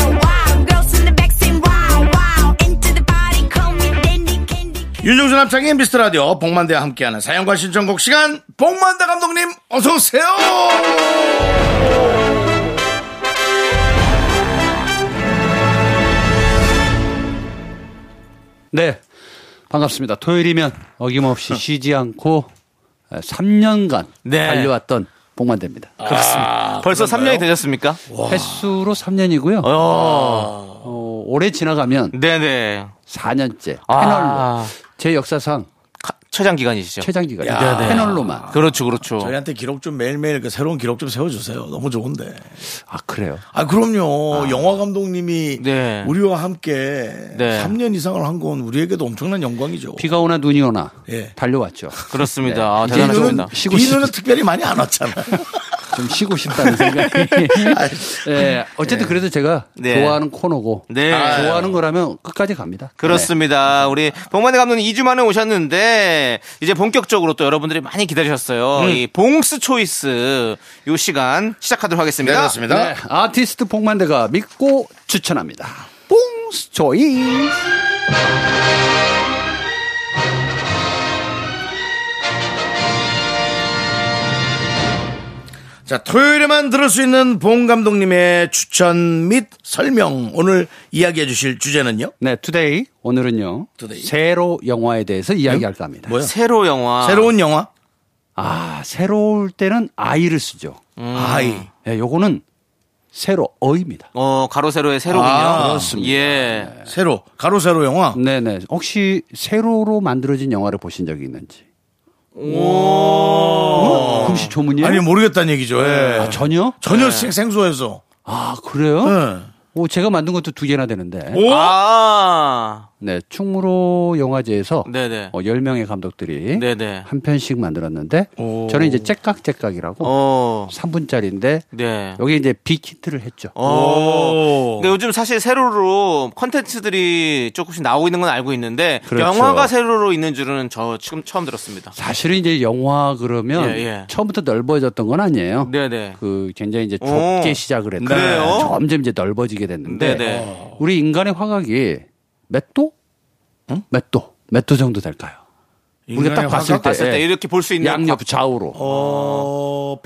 wow. Girls in the back say wow, wow. Into the party, call me dandy candy.
윤정수 남창의 미스터 라디오 복만대와 함께하는 사연과 신청곡 시간 복만대 감독님 어서 오세요.
네. 반갑습니다. 토요일이면 어김없이 쉬지 않고 3년간
네. 아,
달려왔던 복만대입니다.
벌써 3년이 되셨습니까?
횟수로 3년이고요. 어. 올해 지나가면
네네.
4년째
아.
패널로 제 역사상
최장 기간이시죠?
최장 기간 패널로만.
그렇죠, 그렇죠.
저희한테 기록 좀 매일매일 그 새로운 기록 좀 세워주세요. 너무 좋은데.
아 그래요.
아 그럼요. 영화 감독님이
네.
우리와 함께
네.
3년 이상을 한 건 우리에게도 엄청난 영광이죠.
비가 오나 눈이 오나
예.
달려왔죠.
그렇습니다.
네.
아,
이제
이
이거는
대단하십니다.
눈은,
쉬고
이 눈은
싶-
특별히 많이 안 왔잖아요.
좀 [LAUGHS] 쉬고 싶다는 생각이. 예. 어쨌든 그래도 제가
네.
좋아하는 코너고
네.
좋아하는 거라면 끝까지 갑니다.
그렇습니다. 우리 봉만대 감독님 2주 만에 오셨는데 이제 본격적으로 또 여러분들이 많이 기다리셨어요. 이 봉스 초이스 요 시간 시작하도록 하겠습니다.
그렇습니다.
네, 아티스트 복만대가 믿고 추천합니다. 뽕스 조이.
[LAUGHS] 자, 토요일에만 들을 수 있는 봉 감독님의 추천 및 설명. 오늘 이야기해 주실 주제는요?
네, 투데이 오늘은요.
투데이.
새로 영화에 대해서 이야기할까 합니다.
네? 뭐요?
새로 영화.
새로운 영화?
아, 새로울 때는 아이를 쓰죠.
음. 아이.
예, 요거는 새로 어입니다.
어, 가로 세로의 새로군요.
아,
그렇습니다. 예.
새로. 가로 세로 영화?
네, 네. 혹시 새로로 만들어진 영화를 보신 적이 있는지? 오. 금시 조문이요?
아니, 뭐, 모르겠다는 얘기죠. 예.
예? 아, 전혀?
전혀 생- 생소해서.
아, 그래요?
예.
오, 제가 만든 것도 두 개나 되는데.
아.
네, 충무로 영화제에서
네네.
어, 10명의 감독들이
네네.
한 편씩 만들었는데 저는 이제 째깍째깍이라고
어.
3분짜리인데
네.
여기 이제 빅히트를 했죠.
어. 오.
어,
근데 요즘 사실 세로로 컨텐츠들이 조금씩 나오고 있는 건 알고 있는데
그렇죠.
영화가 세로로 있는 줄은 저 지금 처음 들었습니다.
사실은 이제 영화 그러면
예, 예.
처음부터 넓어졌던 건 아니에요.
네네.
그 굉장히 이제 좁게
오.
시작을 했는데
그래요?
점점 이제 넓어지게 됐는데
네네.
우리 인간의 화각이 몇 도? 몇 도? 몇 도 정도 될까요? 우리가 딱
인간의
봤을
화각?
때,
봤을 때
예,
이렇게 볼 수 있는
양옆 좌우로
어,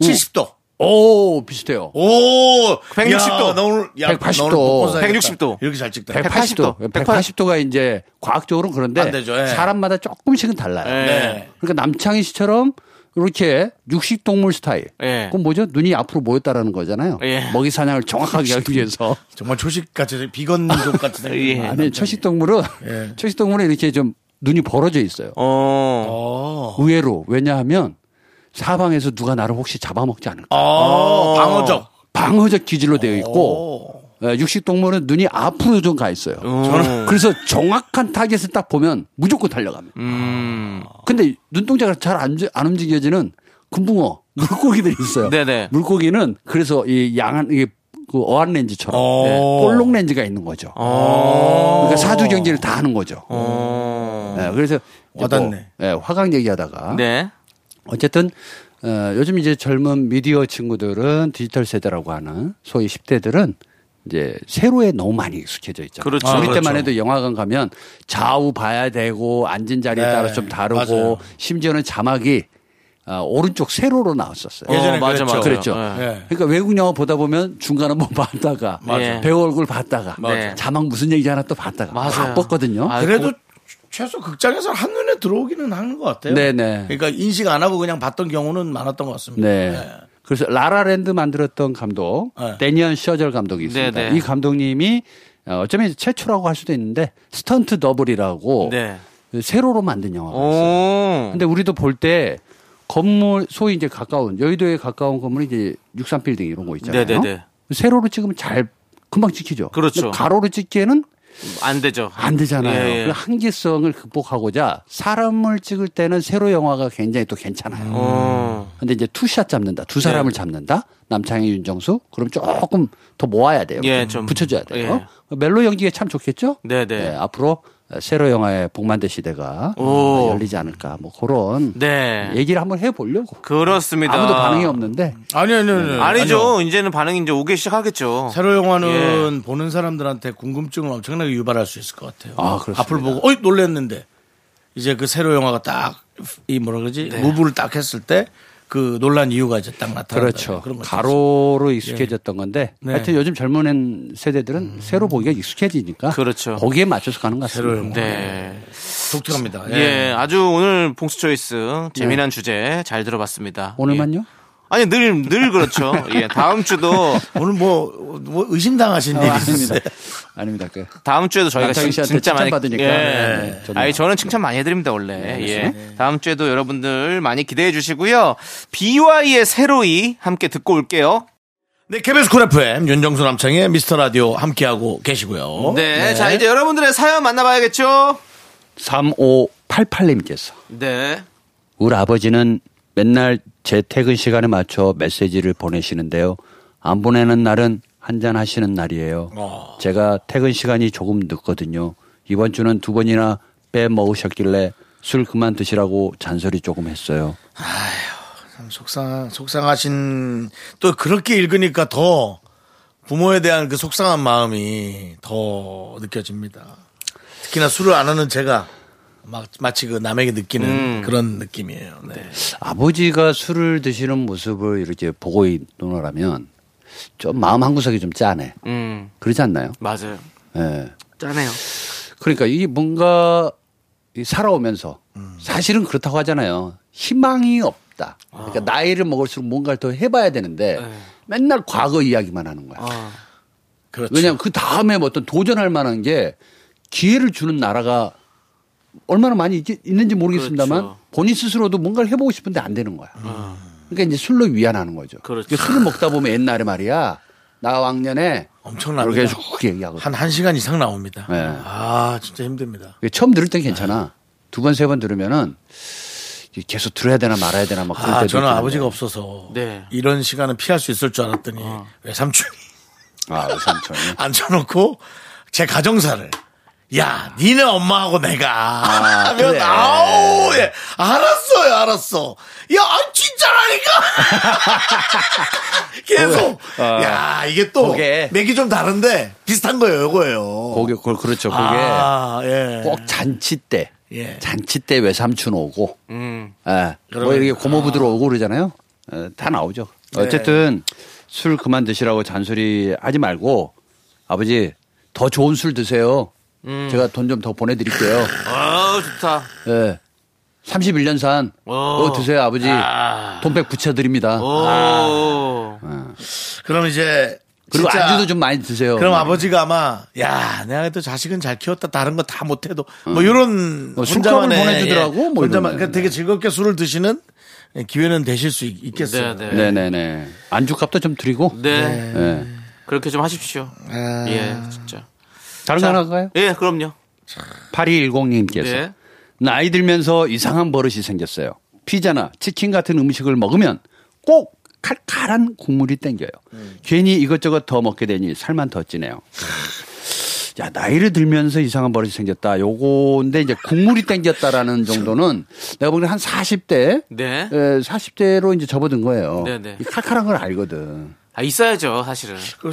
170도.
오 비슷해요.
오!
160도.
야, 너 오늘, 야,
180도.
너 오늘 먹고 살겠다.
160도.
이렇게 잘 찍다.
180도. 180도. 가 이제 과학적으로는 그런데
안 되죠, 예. 네.
사람마다 조금씩은 달라요.
예.
그러니까 남창희 씨처럼 이렇게 육식 동물 스타일.
예.
그건 뭐죠? 눈이 앞으로 모였다라는 거잖아요.
예.
먹이 사냥을 정확하게 하기 위해서.
정말 초식같이,
[LAUGHS]
비건족 같이 생긴.
예.
아니 초식 동물은
예.
초식 동물은 이렇게 좀 눈이 벌어져 있어요.
어.
의외로 왜냐하면 사방에서 누가 나를 혹시 잡아먹지 않을까.
어, 방어적.
방어적 기질로 되어 있고 예, 육식 동물은 눈이 앞으로 좀 가 있어요. 저는 그래서 정확한 타겟을 딱 보면 무조건 달려갑니다.
음.
근데 눈동자가 잘 안 움직여지는 금붕어 물고기들이 있어요.
네네.
물고기는 그래서 이 양한 이게 그 어안 렌즈처럼 네,
어.
볼록 렌즈가 있는 거죠.
어.
그러니까 사주 경제를 다 하는 거죠. 네, 그래서 이제
와닿네.
뭐, 예, 화강 얘기하다가
음. 네.
어쨌든 어, 요즘 이제 젊은 미디어 친구들은 디지털 세대라고 하는 소위 10대들은 이제 세로에 너무 많이 익숙해져 있잖아요.
그렇죠.
우리
아,
때만 해도 영화관 가면 좌우 봐야 되고 앉은 자리에
네,
따라 좀 다르고
맞아요.
심지어는 자막이 아, 오른쪽 세로로 나왔었어요.
예전에 그랬죠.
맞아, 맞아.
그랬죠.
예.
예.
그러니까 외국 영화 보다 보면 중간에 뭐 봤다가
맞아.
배우 얼굴 봤다가
맞아.
자막 무슨 얘기 하나 또 봤다가
네. 맞아요.
막 뻗거든요.
아,
그래도 최소 극장에서 한눈에 들어오기는 하는 것 같아요.
네네.
그러니까 인식 안 하고 그냥 봤던 경우는 많았던 것 같습니다. 예.
네. 그래서 라라랜드 만들었던 감독
네.
데니언 셔절 감독이 있습니다.
네, 네.
이 감독님이 어, 어쩌면 최초라고 할 수도 있는데 스턴트 더블이라고
네.
세로로 만든 영화가 어. 있어요.
오.
근데 우리도 볼 때 건물 소위 이제 가까운 여의도에 가까운 건물이 이제 63빌딩 이런 거 있잖아요.
네, 네,
세로로 찍으면 잘 금방 찍히죠.
그렇죠.
근데 가로로 찍기에는
안 되죠.
안 되잖아요.
예, 예.
그 한계성을 극복하고자 사람을 찍을 때는 세로 영화가 굉장히 또 괜찮아요.
어.
근데 이제 투샷 잡는다. 두 사람을
네.
잡는다. 남창희 윤정수. 그럼 조금 더 모아야 돼요.
예,
좀
좀. 예.
붙여줘야 돼요. 멜로 연기에 참 좋겠죠?
네, 네.
예, 앞으로 세로 영화의 복만대 시대가
오.
열리지 않을까. 뭐 그런
네.
얘기를 한번 해보려고.
그렇습니다. 네,
아무도 반응이 없는데.
아니, 아니, 아니.
아니죠. 이제는 반응이 이제 오기 시작하겠죠.
새로 영화는 보는 사람들한테 궁금증을 엄청나게 유발할 수 있을 것 같아요.
아, 그렇습니다.
앞을 보고 어이 놀랬는데 이제 그 새로 영화가 딱 이 뭐라 그러지 무브를 딱 했을 때 그 논란 이유가 이제
아,
딱 나타나.
그렇죠. 가로로 익숙해졌던
예.
건데
네.
하여튼 요즘 젊은 세대들은 세로 보기가 익숙해지니까
음. 그렇죠.
거기에 맞춰서 가는 것
새로
같습니다.
영화
네.
독특합니다.
네.
예, 아주 오늘 봉수 초이스 재미난 주제 잘 들어봤습니다.
오늘만요?
예. 아니 늘 늘 그렇죠. 예, 다음
[LAUGHS]
주도
오늘 뭐, 뭐 의심당하신
아,
[LAUGHS]
일이
아닙니다.
있으세요?
아닙니다. 그
다음 주에도 저희가
남창희
진-
씨한테
진짜 많이
칭찬받으니까.
예.
네, 네, 저는-
아니 저는 칭찬 많이 해드립니다 원래. 예. 다음 주에도 여러분들 많이 기대해 주시고요. BY의 새로이 함께 듣고 올게요.
네, KBS 쿨 FM 윤정수 남창의 미스터 라디오 함께하고 계시고요.
네, 자 이제 여러분들의 사연 만나봐야겠죠.
3588님께서
네.
우리 아버지는 맨날 제 퇴근 시간에 맞춰 메시지를 보내시는데요. 안 보내는 날은 한잔 하시는 날이에요. 제가 퇴근 시간이 조금 늦거든요. 이번 주는 두 번이나 빼 먹으셨길래 술 그만 드시라고 잔소리 조금 했어요.
속상 속상하신 또 그렇게 읽으니까 더 부모에 대한 그 속상한 마음이 더 느껴집니다. 특히나 술을 안 하는 제가 막 마치 그 남에게 느끼는
음.
그런 느낌이에요. 네.
아버지가 술을 드시는 모습을 이렇게 보고 있노라면 좀 마음 한 구석이 좀 짠해.
음
그러지 않나요?
맞아요.
예.
짠해요.
그러니까 이게 뭔가 이 살아오면서 사실은 그렇다고 하잖아요. 희망이 없다.
아.
그러니까 나이를 먹을수록 뭔가를 더 해봐야 되는데
네.
맨날 과거 이야기만 하는 거야.
아,
어.
그렇죠.
왜냐하면 그 다음에 뭐 어떤 도전할 만한 게 기회를 주는 나라가 얼마나 많이 있, 는지 모르겠습니다만
그렇죠.
본인 스스로도 뭔가를 해보고 싶은데 안 되는 거야.
음.
그러니까 이제 술로 위안하는 거죠.
그렇죠.
그러니까 술을 먹다 보면 옛날에 말이야 나 왕년에
엄청납니다.
이렇게 쭉 얘기하고
한 1시간 이상 나옵니다.
네.
아, 진짜 힘듭니다.
이게 처음 들을 땐 괜찮아. 두 번, 세 번 들으면은 이게 계속 들어야 되나 말아야 되나 막 그럴
아,
때도
저는
있는데.
아버지가 없어서
네.
이런 시간은 피할 수 있을 줄 알았더니
어.
외삼촌이
아, 외삼촌이.
앉혀놓고 제 가정사를 야 니네 엄마하고 내가 [LAUGHS] 하면
아, 그래.
아우 예 알았어요 알았어 야 아, 진짜라니까 [LAUGHS] 계속
아.
야 이게 또
그게.
맥이 좀 다른데 비슷한 거예요 요거예요
거기, 그 그렇죠. 그게
아예
꼭 잔치 때.
예.
잔치 때 외삼촌 오고.
음
예. 뭐 이렇게 고모부들 오고 그러잖아요. 예, 다 나오죠. 어쨌든 술 그만 드시라고 잔소리 하지 말고 아버지 더 좋은 술 드세요. 제가 돈 좀 더 보내드릴게요.
아 좋다.
예. 31년 산. 어, 드세요, 아버지. 돈백 붙여드립니다.
오. 아,
그럼 이제
그리고
진짜
안주도 좀 많이 드세요.
그럼 아버지가 아마 야 내가 또 자식은 잘 키웠다 다른 거 다 못해도
음.
뭐 이런
뭐
혼자만의
술값을 보내주더라고,
예,
뭐
혼자만
이러면.
그러니까
네.
되게 즐겁게 술을 드시는 기회는 되실 수 있- 있겠어요.
네네. 네.
네네네. 안주값도 좀 드리고.
네.
예.
그렇게 좀 하십시오.
아,
예 진짜.
다른 거 하나 할까요?
예 그럼요.
8210님께서.
네.
나이 들면서 이상한 버릇이 생겼어요. 피자나 치킨 같은 음식을 먹으면 꼭 칼칼한 국물이 땡겨요.
음.
괜히 이것저것 더 먹게 되니 살만 더 찌네요. 야, 나이를 들면서 이상한 버릇이 생겼다. 요건데 이제 국물이 땡겼다라는 정도는 내가 보기엔 한 40대
네.
에, 40대로 이제 접어든 거예요.
네네.
이 칼칼한 걸 알거든.
아, 있어야죠, 사실은.
그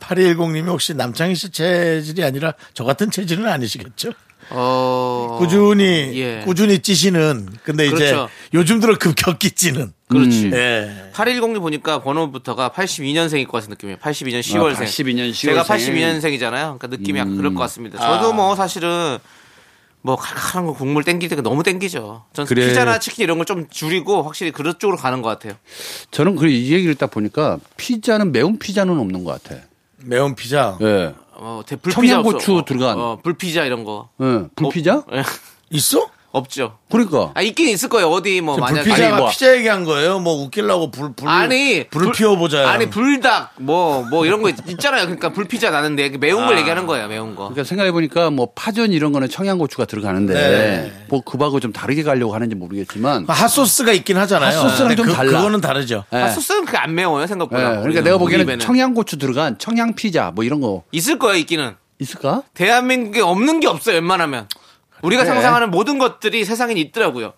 8210님이 혹시 남창희 씨 체질이 아니라 저 같은 체질은 아니시겠죠?
어.
꾸준히
예.
꾸준히 찌시는 근데
그렇죠. 음.
이제 요즘 들어 급격히 찌는
그렇지.
예.
810이 보니까 번호부터가 82년생일 것 같은 느낌이에요.
아,
82년 10월생.
82년 10월생. 음. 아.
제가 82년생이잖아요. 그러니까 느낌이 약간 그럴 것 같습니다. 저도 뭐 사실은 뭐 칼칼한 거 국물 땡길 때가 너무 땡기죠. 전
그래.
피자나 치킨 이런 걸 좀 줄이고 확실히 그런 쪽으로 가는 것 같아요.
저는 그 이 얘기를 딱 보니까 피자는 매운 피자는 없는 것 같아.
매운 피자
예.
어, 대- 불피자
청양고추
없어. 어,
들어간.
어, 불피자 이런 거.
예. 불피자?
어, 예. [LAUGHS]
있어?
없죠.
그러니까.
아 있긴 있을 거예요. 어디 뭐 만약에
불피자가
아니, 뭐.
피자 얘기한 거예요. 뭐 웃기려고 불, 불
아니
불을
불-
피워보자.
아니 불닭 뭐 뭐 이런 거 있- 있잖아요. 그러니까 불피자 나는데 매운 걸 얘기하는 거예요. 매운 거.
아. 그러니까 생각해 보니까 뭐 파전 이런 거는 청양고추가 들어가는데
네. 아,
뭐 그거하고 좀 다르게 가려고 하는지 모르겠지만
뭐 핫소스가 있긴 하잖아요.
핫소스랑
근데
좀
그,
달라.
그거는 다르죠.
예.
아, 소스는 그게 안 매워요
예,
생각보다.
그러니까 내가 보기에는 청양고추 들어간 청양 피자 뭐 이런 거
있을 거야 있기는.
있을까?
대한민국에 없는 게 없어요. 웬만하면 우리가 상상하는 모든 것들이 세상엔 있더라고요.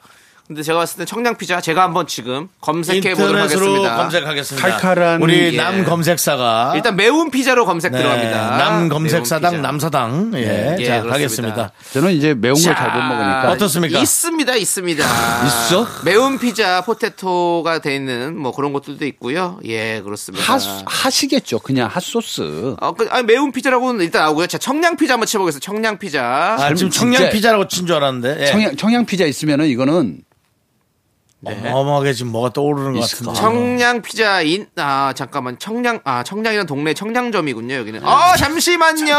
근데 제가 봤을 때 청량 피자 제가 한번 지금 검색해 보도록
인터넷으로
하겠습니다.
검색하겠습니다.
칼칼한-
우리
예.
남 검색사가
일단 매운 피자로 검색
네,
들어갑니다.
남
매운
검색사당
피자.
남사당 예,
예,
자
그렇습니다.
가겠습니다.
저는 이제 매운 걸 잘 못
자,
먹으니까
어떻습니까?
있습니다, 있습니다.
있어?
매운 피자, 포테토가 돼 있는 뭐 그런 것들도 있고요. 예, 그렇습니다.
하, 하시겠죠. 그냥 핫소스.
어, 그, 아니, 매운 피자라고는 일단 나오고요. 자, 청량 피자 한번 쳐보겠습니다. 청량 피자.
아, 지금
진짜-
청량 피자라고 친 줄 알았는데 예.
청양, 청양 피자 있으면은 이거는
네, 어마어마하게 지금 뭐가 떠오르는 것
있을까?
같은데.
청량 피자인 아 잠깐만 청량 아 청량이란 동네 청량점이군요 여기는 어 잠시만요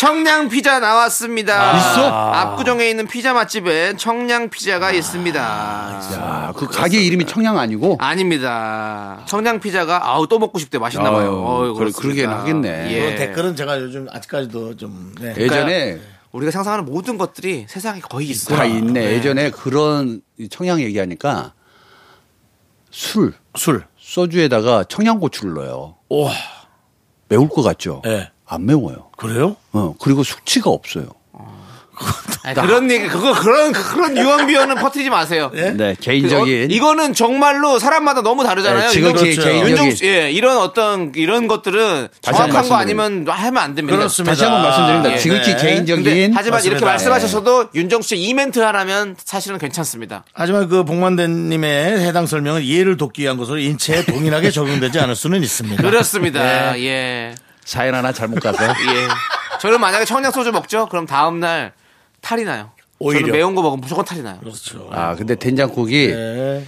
청량 피자 나왔습니다
있어?
압구정에 있는 피자 맛집엔 청량 피자가 있습니다
야, 그 가게 이름이 청양 아니고
아닙니다 청량 피자가 아우 또 먹고 싶대 맛있나 봐요
아유,
어유,
그러-
그렇습니다.
그러긴 하겠네.
예.
그 댓글은 제가 요즘 아직까지도 좀 네.
예전에
우리가 상상하는 모든 것들이 세상에 거의 있어요
다 있네. 예전에 그런 이 청양 얘기하니까 술,
술.
소주에다가 청양고추를 넣어요.
와
매울 것 같죠?
예.
안 매워요.
그래요?
어, 그리고 숙취가 없어요.
아니, 그런 얘기 그거 그런 그런 유언비어는 퍼뜨리지 마세요
예?
네,
어,
그
이거는 정말로 사람마다 너무 다르잖아요.
네, 지극히
그렇죠.
이건-
개인적인.
윤정수- 예, 이런 어떤 이런 것들은
다시 한번
정확한 거
말씀드립니다.
아니면 하면 안 됩니다.
그렇습니다.
다시 한번 말씀드립니다.
예.
지극히
네.
개인적인
근데 하지만
맞습니다.
이렇게
네.
말씀하셔서도 윤정수 씨 이멘트 하라면 사실은 괜찮습니다.
하지만 그 복만대님의 해당 설명은 이해를 돕기 위한 것으로
[LAUGHS]
인체에 동일하게 적용되지 않을 수는 있습니다.
그렇습니다.
네.
예.
사연 하나
[LAUGHS]
잘못 가서
예. 저는 만약에 청량 소주 먹죠? 그럼 다음 날 탈이 나요.
오히려.
저는 매운 거 먹으면 무조건 탈이 나요.
그렇죠.
아 근데 된장국이
예.
예. 네.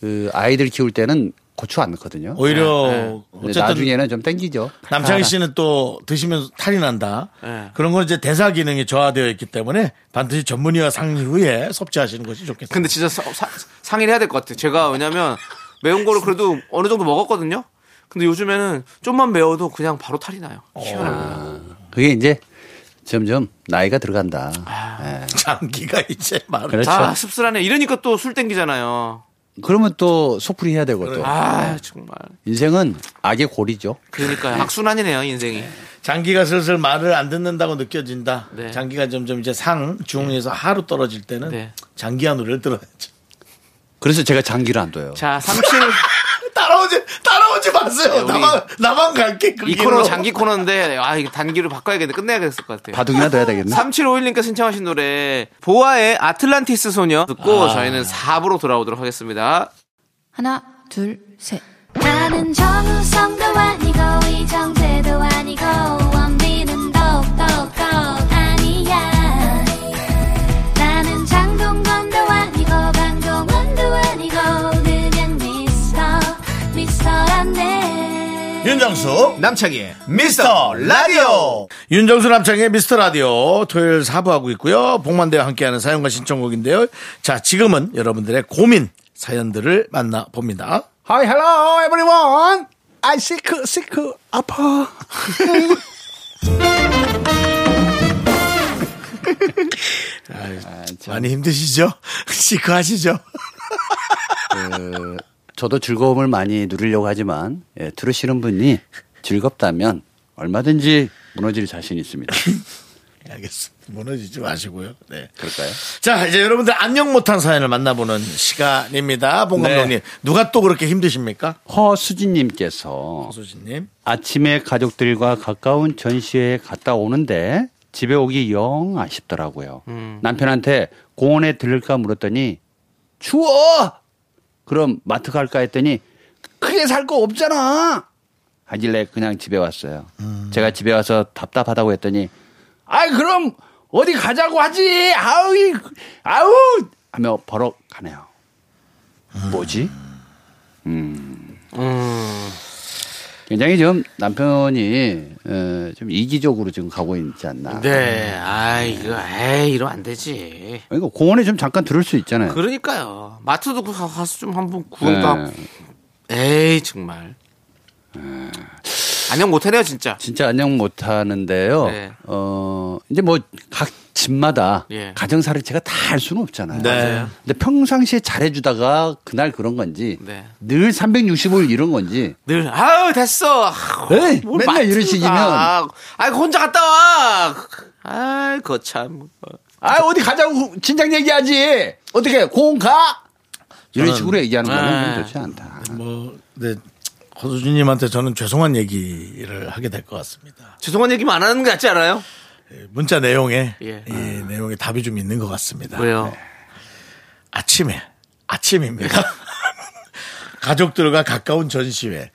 그 아이들 키울 때는 고추 안 넣거든요.
아,
오히려
예.
근데
어, 어쨌든
나중에는 좀 땡기죠.
남창희 씨는 또 드시면 탈이 난다.
예.
그런 건 이제 대사 기능이 저하되어 있기 때문에 반드시 전문의와 상의 후에 섭취하시는 것이 좋겠습니다.
근데 진짜 서- 사- 상의를 해야 될 것 같아요. 제가 왜냐면 매운 거를 그래도 어느 정도 먹었거든요. 근데 요즘에는 좀만 매워도 그냥 바로 탈이 나요.
어.
희한합니다.
그게 이제 점점 나이가 들어간다.
장기가 이제 말.
그렇죠.
아, 씁쓸하네. 이러니까 또 술 땡기잖아요.
그러면 또 소풀이 해야 되고 또
아, 정말.
인생은 악의 고리죠.
그러니까요. 악순환이네요, 인생이.
장기가 슬슬 말을 안 듣는다고 느껴진다.
네.
장기가 점점 이제 상 중에서 하로 떨어질 때는
네.
장기화 노래를 들어야죠. [LAUGHS]
그래서 제가 장기를 안 둬요.
자, 삼칠
따라오지 따라오지 마세요.
네, 우리
나만 나만 갈게. 그
[LAUGHS] 이
길로.
코너 장기 코너인데, 아, 이거 단기로 바꿔야겠네. 끝내야겠을 것 같아요.
바둑이나 둬야 되겠네.
3751님께 신청하신 노래, 보아의 아틀란티스 소녀 듣고 저희는 4부로 돌아오도록 하겠습니다.
하나, 둘, 셋.
나는 정우성도 아니고 이정재도 아니고 원빈은 더욱더 아니야 나는 장동건도 아니고 강동원도 아니고 그냥 미스터 미스터란데
윤정수
남창희의
미스터 라디오
윤정수 남창의 미스터 라디오 토요일 사부하고 있고요. 복만대와 함께하는 사연과 신청곡인데요. 자 지금은 여러분들의 고민 사연들을 만나 봅니다.
Hi, hello, everyone. I sick, sick,
[LAUGHS]
아파.
많이 힘드시죠? [LAUGHS] 시크하시죠?
저도 즐거움을 많이 누리려고 하지만 예, [LAUGHS] 들으시는 분이 즐겁다면 얼마든지 무너질 자신이 있습니다.
예, 알겠습니다. 무너지지 마시고요. 네.
그럴까요?
자, 이제 여러분들 안녕 못한 사연을 만나보는 시간입니다. 봉 감독님.
네.
누가 또 그렇게 힘드십니까?
허수진님께서
소진님.
아침에 가족들과 가까운 전시회에 갔다 오는데 집에 오기 영 아쉽더라고요. 남편한테 공원에 들를까 물었더니 추워! 그럼 마트 갈까 했더니 크게 살 거 없잖아! 하길래 그냥 집에 왔어요. 제가 집에 와서 답답하다고 했더니 아이, 그럼 어디 가자고 하지! 아우, 이- 아우! 하며 버럭 가네요. 뭐지? 음. 굉장히 좀 남편이 어, 좀 이기적으로 지금 가고 있지 않나.
네, 아 이거 에이 이러면 안 되지.
그러니까 공원에 좀 잠깐 들을 수 있잖아요.
그러니까요. 마트도 가- 가서 좀 한번
네.
구울까. 에이 정말. 안녕 못하네요 네. 진짜.
진짜 안녕 못 하는데요.
네.
어, 이제 뭐 각 집마다
예.
가정사를 제가 다 알 수는 없잖아요.
네. 맞아요.
근데 평상시에 잘해주다가 그날 그런 건지
네.
늘 365일 이런 건지
늘 아우 됐어. 아우,
에이,
뭘
맨날
마트가.
이런 식이면.
아 혼자 갔다 와. 아이 거참.
아 어디 가자고 진작 얘기하지 어떻게 공원 가 이런 식으로 얘기하는 거는
네.
좀 좋지 않다.
뭐, 네. 허수진님한테 저는 죄송한 얘기를 하게 될 것 같습니다.
죄송한 얘기만 안 하는 게 낫지 않아요?
문자 내용에
예.
이 내용에 답이 좀 있는 것 같습니다.
왜요?
아침에 아침입니다. [LAUGHS] 가족들과 가까운 전시회.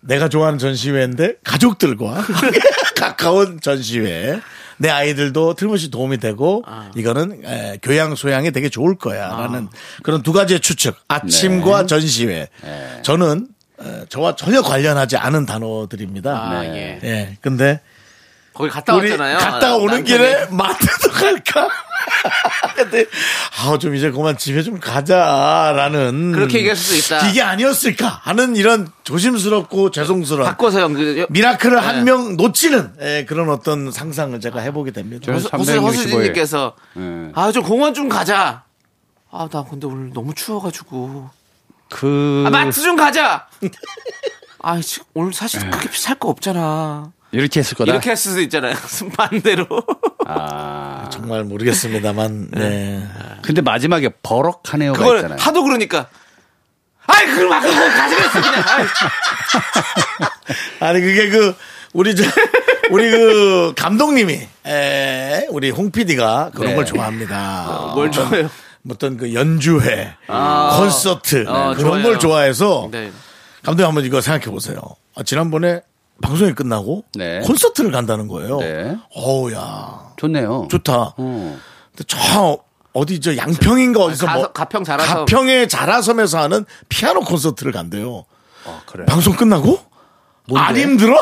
내가 좋아하는 전시회인데 가족들과 [LAUGHS] 가까운 전시회. 내 아이들도 틀림없이 도움이 되고
아.
이거는 에, 교양 소양에 되게 좋을 거야라는 그런 두 가지의 추측.
네.
아침과 전시회. 저는 에, 저와 전혀 관련하지 않은 단어들입니다.
아, 예.
예. 근데
거기 갔다
우리
왔잖아요.
갔다 오는
남편이.
길에 마트도 갈까? [LAUGHS] 근데 아좀 이제 그만 집에 좀 가자라는
그렇게 얘기할 수도 있다.
이게 아니었을까 하는 이런 조심스럽고 죄송스러운
바꿔서 그, 연기.
미라클을
네.
한 명 놓치는 예, 그런 어떤 상상을 제가 해보게 됩니다.
저는
호수
365 일.
호수진님께서
네.
아 좀 공원 좀 가자. 아 나 근데 오늘 너무 추워가지고
그
아 마트 좀 가자. 아 지금 오늘 사실 그렇게 살 거 없잖아.
이렇게 했을 거다.
이렇게 할 수도 있잖아요. [LAUGHS] 반대로.
아.
정말
[LAUGHS]
모르겠습니다만 네.
근데 마지막에 버럭하네요가
그걸
있잖아요.
하도 그러니까. 아이 그럼 아까 그거 가져갔어 그냥. 아이,
아니 그게 그 우리 저 우리 그 감독님이 에, 우리 홍 PD가 그런
네.
걸 좋아합니다.
어, 뭘 좋아해요?
어떤 그 연주회,
아.
콘서트 네,
어,
그런
좋아요.
걸 좋아해서
네.
감독님 한번 이거 생각해 보세요. 아, 지난번에 방송이 끝나고
네.
콘서트를 간다는 거예요.
네.
어우야
좋네요.
좋다.
어.
근데 저 어디 저 양평인가 어디서
가서-
뭐-
가평 자라섬.
가평의 자라섬에서 하는 피아노 콘서트를 간대요.
아, 그래.
방송 끝나고 안 힘들어?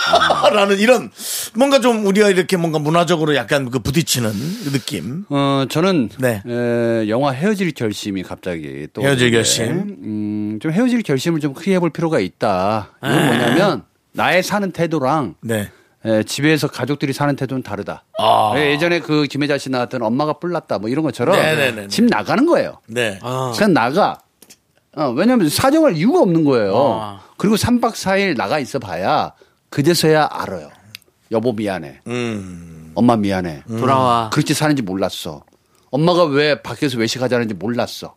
[LAUGHS] 라는 이런 뭔가 좀 우리가 이렇게 뭔가 문화적으로 약간 그 부딪히는 느낌.
어, 저는
네.
에, 영화 헤어질 결심이 갑자기 또
헤어질
오는데,
결심.
음, 좀 헤어질 결심을 좀 크게 해볼 필요가 있다. 이건 뭐냐면 나의 사는 태도랑
네.
에, 집에서 가족들이 사는 태도는 다르다. 예, 예전에 그 김혜자 씨 나왔던 엄마가 뿔났다 뭐 이런 것처럼
아. 네네네네.
집 나가는 거예요.
네.
그냥 나가. 어, 왜냐면 사정할 이유가 없는 거예요.
어.
아.
그리고 3박 4일 나가 있어 봐야 그제서야 알아요. 여보 미안해.
음.
엄마 미안해.
돌아와.
그렇게 사는지 몰랐어. 엄마가 왜 밖에서 외식하자는지 몰랐어.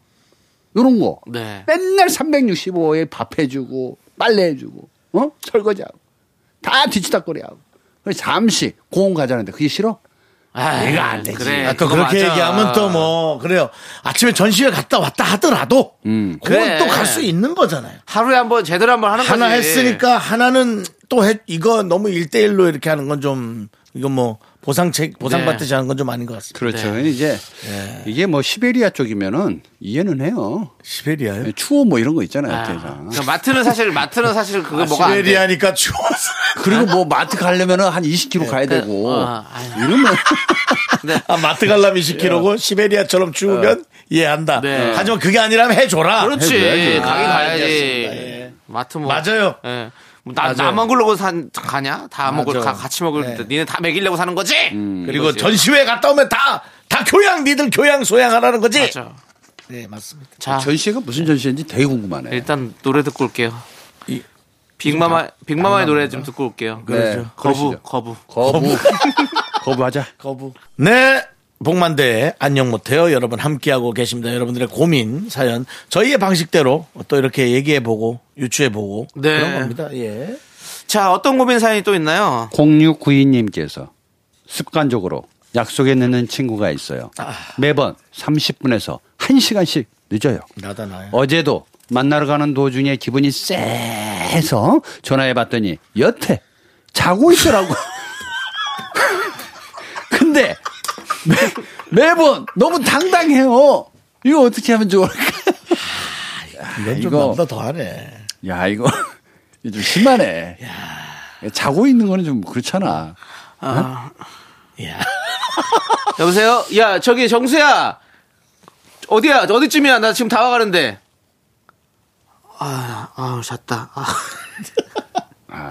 요런 거.
네.
맨날 365일 밥 해주고, 빨래 해주고, 어? 설거지하고. 다 뒤치다거리하고. 그래서 잠시 공원 가자는데 그게 싫어?
아,
내가 안 되지.
그래.
아까
그거
그렇게
맞아.
얘기하면 또 뭐 그래요. 아침에 전시회 갔다 왔다 하더라도 그건
음, 그래.
또 갈 수 있는 거잖아요.
하루에 한 번 제대로 한번 하는
하나
거지.
했으니까 하나는 또 해, 이거 너무 일대일로 이렇게 하는 건 좀 이건 뭐 보상책 보상받듯이
네.
하는 건 좀 아닌 것 같습니다.
그렇죠. 이제 이게 뭐 시베리아 쪽이면은 이해는 해요.
시베리아요?
추워 뭐 이런 거 있잖아요.
아,
대상.
그러니까 마트는 사실 마트는 사실 그거 뭐가 안 돼.
시베리아니까 추워서.
그리고 뭐 마트 가려면은 한 20km 가야 되고
뭐.
어, 아유.
이러면
아, 마트 갈라면 20km고 시베리아처럼 추우면 이해한다.
네. 그렇죠.
하지만 그게 아니라면 해줘라.
그렇지.
해줘야지.
가긴
아,
가야지.
알겠습니다. 예.
마트 뭐.
맞아요.
예. 뭐 나,
맞아요.
나만 굴려고 산, 가냐? 다 먹을, 가, 같이 먹을,
네. 음,
때 니네 다 먹이려고 사는 거지?
그리고
그렇죠.
전시회 갔다 오면 다, 다 교양, 니들 교양 소양하라는 거지.
맞아.
네, 맞습니다.
자,
전시회가 무슨 전시회인지 되게 궁금하네.
일단 노래 듣고 올게요. 빅마마, 빅마마의 노래 좀 듣고 올게요.
그러죠.
네, 거부,
그러시죠.
거부.
거부. 거부하자.
[LAUGHS] 거부. 네. 복만대 안녕 못해요. 여러분 함께하고 계십니다. 여러분들의 고민 사연 저희의 방식대로 또 이렇게 얘기해보고 유추해보고
네.
그런 겁니다. 예.
자, 어떤 고민 사연이 또 있나요?
0692님께서 습관적으로 약속에 늦는 친구가 있어요. 매번 30분에서 1시간씩 늦어요.
나다 나야.
어제도 만나러 가는 도중에 기분이 쎄해서 전화해 봤더니 여태 자고 있더라고. [LAUGHS] 근데 매, 번 너무 당당해요. 이거 어떻게 하면 좋을까?
어, 이건 좀
이거-
남다 더하네.
야, 이거 이거 좀 심하네. 자고 있는 거는 좀 그렇잖아.
여보세요? 야, 저기 정수야. 어디야? 어디쯤이야? 나 지금 다와가는데. 아, 아, 잤다. 아.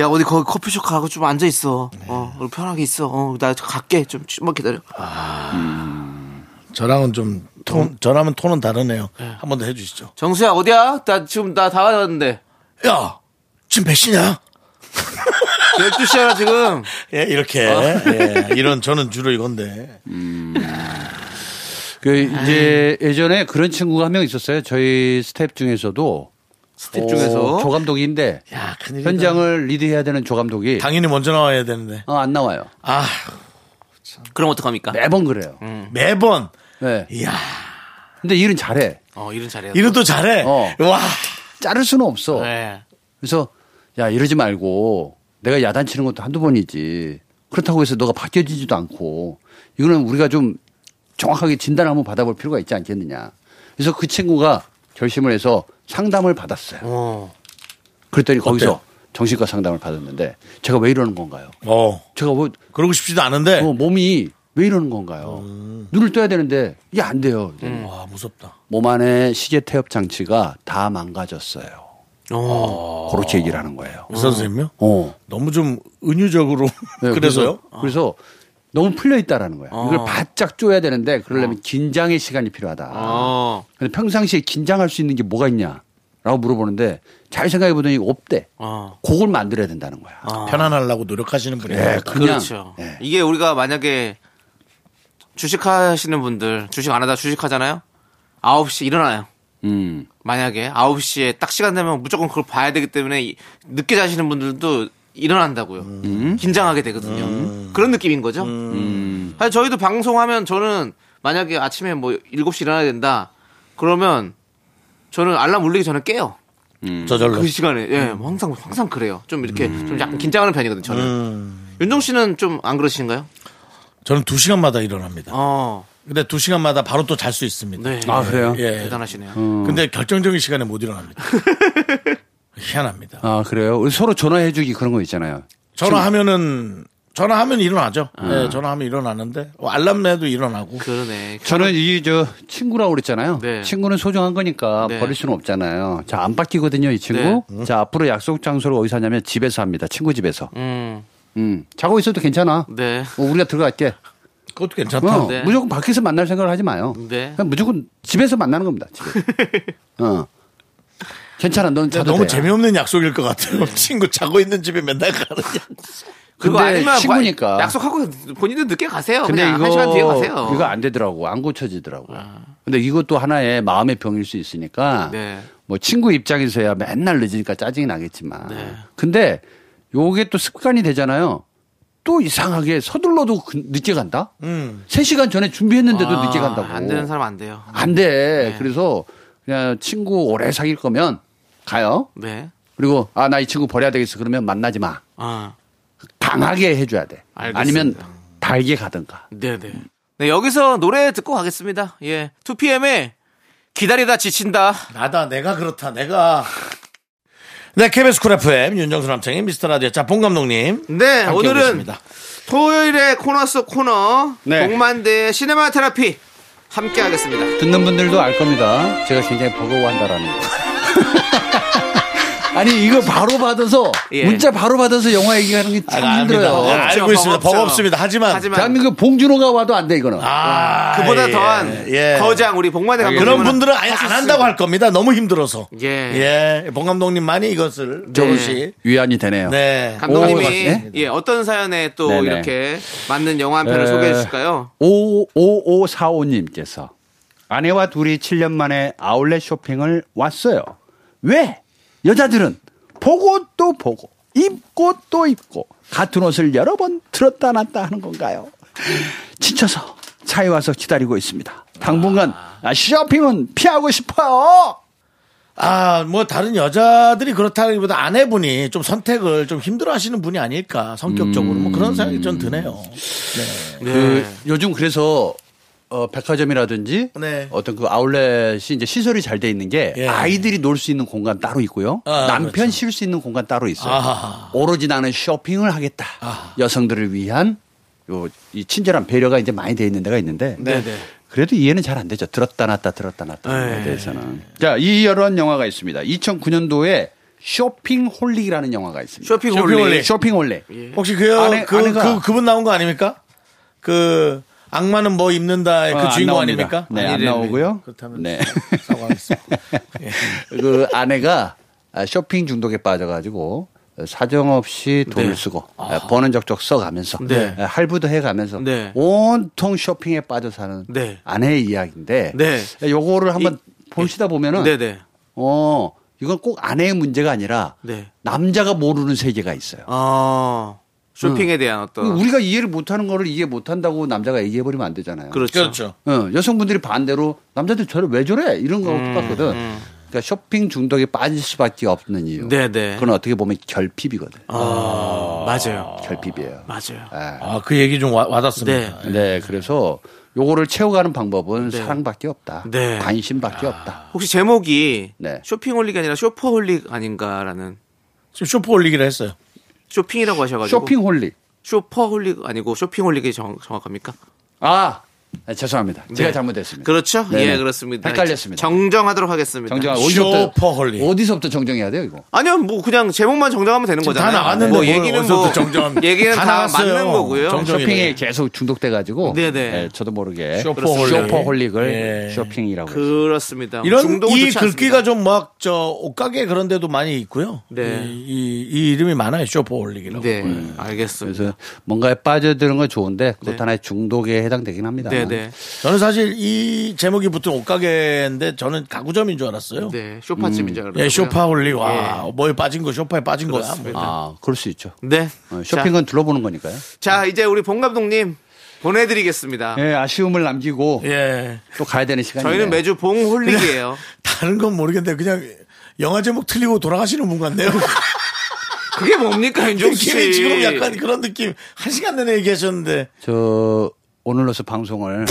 야, 어디 거기 커피숍 가고 좀 앉아 있어. 어, 우리 편하게 있어. 어, 나 갈게. 좀 좀만 기다려.
저랑은 좀 톤, 저랑은 톤은 다르네요. 한 번 더 해주시죠.
정수야, 어디야? 나 지금 나 다와가는데.
야, 지금 몇 시냐?
12시야 지금.
예, 이렇게. 예, 이런 저는 주로 이건데.
그 이제 예전에 그런 친구가 한 명 있었어요. 저희 스텝 중에서도 어,
스텝 중에서.
조 감독인데
야, 큰일이다.
현장을 리드해야 되는 조 감독이
당연히 먼저 나와야 되는데.
어, 안 나와요.
아,
[LAUGHS] 그럼 어떡합니까?
매번 그래요.
매번.
네.
이야,
근데 일은 잘해.
어, 일은 잘해요.
이래도 잘해.
어.
와,
자를 수는 없어.
네.
그래서 야 이러지 말고 내가 야단치는 것도 한두 번이지. 그렇다고 해서 너가 바뀌어지지도 않고 이거는 우리가 좀 정확하게 진단 을 한번 받아볼 필요가 있지 않겠느냐. 그래서 그 친구가 결심을 해서 상담을 받았어요.
어.
그랬더니 거기서
어때요?
정신과 상담을 받았는데 제가 왜 이러는 건가요?
어,
제가 뭐
그러고 싶지도 않은데.
어, 몸이 왜 이러는 건가요? 눈을 떠야 되는데 이게 안 돼요.
음. 와, 무섭다.
몸 안에 시계 태엽 장치가 다 망가졌어요. 그렇게 얘기를 하는 거예요.
의사 어. 선생님요?
어.
너무 좀 은유적으로. [LAUGHS]
네,
그래서요?
그래서, 그래서 너무 풀려 있다라는 거야. 이걸 바짝 쪼야 되는데 그러려면 긴장의 시간이 필요하다.
어.
근데 평상시에 긴장할 수 있는 게 뭐가 있냐라고 물어보는데 잘 생각해 보더니 없대.
어.
곡을 만들어야 된다는 거야.
편안하려고 노력하시는 분이에요.
예, 그냥
그렇죠.
예.
이게 우리가 만약에 주식하시는 분들 주식 안 하다 주식하잖아요. 9시 일어나요.
음.
만약에 9시에 딱 시간 되면 무조건 그걸 봐야 되기 때문에 이- 늦게 자시는 분들도 일어난다고요. 긴장하게 되거든요. 그런 느낌인 거죠.
음.
사실 저희도 방송하면 저는 만약에 아침에 뭐 7시 일어나야 된다. 그러면 저는 알람 울리기 전에 깨요.
저절로.
그
그러니까.
시간에 예
음.
뭐 항상 항상 그래요. 좀 이렇게 좀 약간 긴장하는 편이거든요. 저는
음.
윤종 씨는 좀 안 그러신가요?
저는 두 시간마다 일어납니다.
어,
근데 두 시간마다 바로 또 잘 수 있습니다.
네.
아 음. 그래요?
예.
대단하시네요.
근데 결정적인 시간에 못 일어납니다. 희한합니다.
아 그래요? 우리 서로 전화해주기 그런 거 있잖아요.
전화하면은 전화하면 일어나죠. 예, 전화하면 일어나는데 어, 알람에도 일어나고.
그러네.
저는 이 저 친구라고 그랬잖아요.
네.
친구는 소중한 거니까
네.
버릴 수는 없잖아요. 자 안 바뀌거든요 이 친구. 자 앞으로 약속 장소를 어디서 하냐면 집에서 합니다. 친구 집에서.
음,
음, 자고 있어도 괜찮아.
네.
어, 우리가 들어갈게.
그것도
어,
괜찮다.
네.
무조건 밖에서 만날 생각을 하지 마요.
네.
그냥 무조건 집에서 만나는 겁니다. 집에.
[LAUGHS]
어. 괜찮아. 너는 자도
너무
돼.
재미없는 약속일 것 같아요. 친구 자고 있는 집에 맨날 가는 약속.
그거
근데
아니면
친구니까.
과- 약속하고 본인들 늦게 가세요.
근데
그냥
이거
한 시간 뒤에 가세요. 아.
이거 안 되더라고. 안 고쳐지더라고. 근데 이것도 하나의 마음의 병일 수 있으니까
네.
뭐 친구 입장에서야 맨날 늦으니까 짜증이 나겠지만.
네.
근데 요게 또 습관이 되잖아요. 또 이상하게 서둘러도 그- 늦게 간다?
음.
세시간 전에 준비했는데도 늦게
아,
간다고.
안 되는 사람 안 돼요.
안
네.
돼. 그래서 그냥 친구 오래 사귈 거면 가요.
네.
그리고 아 나 이 친구 버려야 되겠어. 그러면 만나지 마.
아,
강하게 해줘야 돼.
알겠습니다.
아니면 달게 가든가.
네, 네. 네, 여기서 노래 듣고 가겠습니다. 예. 2PM의 기다리다 지친다.
나다 내가 그렇다 내가. 네 KBS 쿨 FM 윤정수 남창희 미스터 라디오 자본 감독님.
네,
함께
오늘은
오겠습니다.
토요일에 코너 속 코너
네.
동만대의 시네마 테라피 함께 하겠습니다.
듣는 분들도 알 겁니다. 제가 굉장히 버거워한다라는 거. [LAUGHS] 아니 이거 바로 받아서
예.
문자 바로 받아서 영화 얘기하는 게 참 힘들어요.
아, 알고
없죠,
있습니다.
없죠.
법 없습니다. 하지만,
하지만
대한민국 봉준호가 와도 안 돼 이거는.
아,
그보다
예,
더한
예.
거장 우리 복만대 감독
그런 분들은 아예 안 한다고 할 겁니다. 너무 힘들어서.
예. 네.
예, 봉 감독님만이 이것을 조금씩.
위안이 되네요.
네.
감독님이
오, 예?
예, 어떤 사연에 또
네네.
이렇게 맞는 영화 한 편을
네.
소개해 주실까요?
5545님께서 아내와 둘이 7년 만에 아울렛 쇼핑을 왔어요. 왜? 여자들은 보고 또 보고 입고 또 입고 같은 옷을 여러 번 들었다 놨다 하는 건가요? 지쳐서 차에 와서 기다리고 있습니다. 당분간 아, 쇼핑은 피하고 싶어요.
아, 뭐 다른 여자들이 그렇다기보다 아내분이 좀 선택을 좀 힘들어 하시는 분이 아닐까. 성격적으로. 뭐 그런 생각이 좀 드네요.
네.
그 요즘 그래서 어, 백화점이라든지
네.
어떤 그 아울렛이 이제 시설이 잘 돼 있는 게
예.
아이들이 놀 수 있는 공간 따로 있고요.
아,
남편
그렇죠.
쉴 수 있는 공간 따로 있어요.
아하.
오로지 나는 쇼핑을 하겠다. 여성들을 위한 요 이 친절한 배려가 이제 많이 돼 있는 데가 있는데
네,
그래도 이해는 잘 안 되죠. 들었다 놨다 들었다 놨다 하는 거에 대해서는. 자, 이 여러 영화가 있습니다. 2009년도에 쇼핑 홀릭이라는 영화가 있습니다.
쇼핑
쇼핑홀릭.
홀리.
쇼핑 홀릭.
혹시 그,
아내-
그,
아내가-
그, 그분 나온 거 아닙니까? 그, 악마는 뭐 입는다의
어,
그
안
주인공
나옵니다.
아닙니까?
네, 안
아니래.
나오고요.
그렇다면
네.
[LAUGHS] 사과하겠습니다.
[LAUGHS] 그 아내가 아, 쇼핑 중독에 빠져가지고 어, 사정없이
네.
돈을 쓰고
아.
어, 버는 적적 써가면서
네.
어, 할부도 해가면서
네.
온통 쇼핑에 빠져 사는
네.
아내의 이야기인데 예,
네.
요거를 한번 보시다 보면은
네, 네.
어 이건 꼭 아내의 문제가 아니라
네.
남자가 모르는 세계가 있어요.
아.
어.
음.
쇼핑에 대한 어떤
우리가 이해를 못하는 거를 이해 못한다고 남자가 얘기해 버리면 안
[LAUGHS]
되잖아요.
그렇죠.
그렇죠.
어, 여성분들이 반대로 남자들 저를 왜 저래 이런 거
음,
똑같거든. 그러니까 쇼핑 중독에 빠질 수밖에 없는 이유.
네네.
그건 어떻게 보면 결핍이거든. 요
아, 맞아요.
결핍이에요.
맞아요.
아, 그 얘기 좀 와, 와닿습니다.
음.
네, 그래서 요거를 채워가는 방법은 사랑밖에 없다.
네.
관심밖에 없다.
혹시 제목이
네.
쇼핑홀릭이 아니라 쇼퍼홀릭 아닌가라는
지금 쇼프 올리기로 했어요.
쇼핑이라고 하셔가지고
쇼핑 홀리.
쇼퍼홀릭 아니고 쇼핑홀릭이 정, 정확합니까?
아, 아, 죄송합니다. 제가
네.
잘못했습니다.
그렇죠?
네네.
예, 그렇습니다.
헷갈렸습니다.
정정하도록 하겠습니다.
정정
쇼퍼홀리.
어디서부터 어디서부터 정정해야 돼요 이거?
아니요, 뭐 그냥 제목만 정정하면 되는
지금
거잖아요.
다 나갔는데
뭐
뭘
얘기는
어디서부터
뭐
정정합니까?
[LAUGHS] 얘기는
다
다,
나갔어요.
맞는 거고요.
정정- 정정이네.
쇼핑에 계속 중독돼가지고
네네.
예, 저도 모르게
쇼퍼홀릭.
쇼퍼홀릭을
예.
쇼핑이라고 했어요.
그렇습니다.
이런
중독은
이
좋지
글귀가
않습니다.
좀 막 저 옷가게 그런 데도 많이 있고요.
네.
이, 이, 이 이름이 많아요. 쇼프 올리기라고.
네, 알겠습니다.
그래서 뭔가에 빠져드는 건 좋은데 그것 하나의 중독에 해당되긴 합니다.
네, 네,
저는 사실 이 제목이 붙은 옷가게인데 저는 가구점인 줄 알았어요.
네, 예. 쇼파집인 줄 알았어요.
예, 쇼파 올리. 와, 뭐에 빠진 거, 쇼파에 빠진 거야. 뭐.
아, 그럴 수 있죠.
네,
어, 쇼핑은 둘러보는 거니까요.
자, 자, 이제 우리 봉 감독님 보내드리겠습니다.
예, 아쉬움을 남기고
예.
또 가야 되는 시간이
저희는 매주 봉 홀릭이에요.
다른 건 모르겠는데 그냥 영화 제목 틀리고 돌아가시는 분
[LAUGHS]
같네요. [LAUGHS]
그게 뭡니까, 윤종 씨?
느낌이 지금 약간 그런 느낌. 한 시간 내내 얘기하셨는데.
저 오늘로서 방송을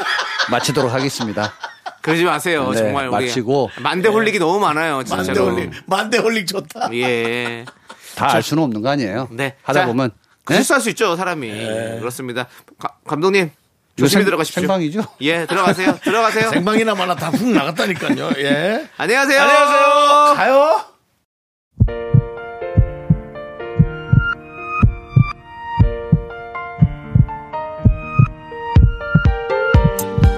[LAUGHS] 마치도록 하겠습니다.
그러지 마세요.
네,
정말 우리
마치고.
만대 홀릭이 너무 많아요. 진짜로.
만대홀릭, 만대홀릭 좋다.
예.
다 알 수는 없는 거 아니에요.
네.
하다
자,
보면
그
네?
실수할 수 있죠, 사람이. 그렇습니다. 가- 감독님,
이거
조심히
생-
들어가십시오.
생방이죠?
예, 들어가세요. 들어가세요.
생방이나 마나 다 훅 나갔다니까요. 예.
안녕하세요.
안녕하세요. 가요.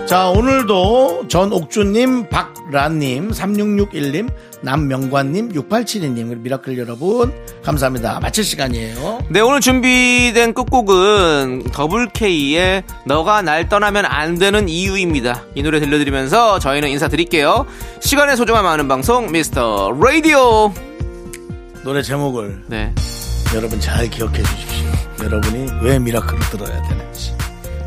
자, 오늘도 전옥주님, 박란님, 3661님, 남명관님, 6872님, 그리고 미라클 여러분, 감사합니다. 마칠 시간이에요.
네, 오늘 준비된 끝곡은 더블 K의 너가 날 떠나면 안 되는 이유입니다. 이 노래 들려드리면서 저희는 인사드릴게요. 시간의 소중함 아는 방송, 미스터 라디오.
노래 제목을
네.
여러분 잘 기억해 주십시오. 여러분이 왜 미라클을 들어야 되는지.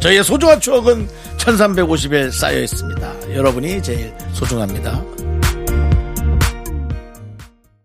저희의 소중한 추억은 1350에 쌓여 있습니다. 여러분이 제일 소중합니다.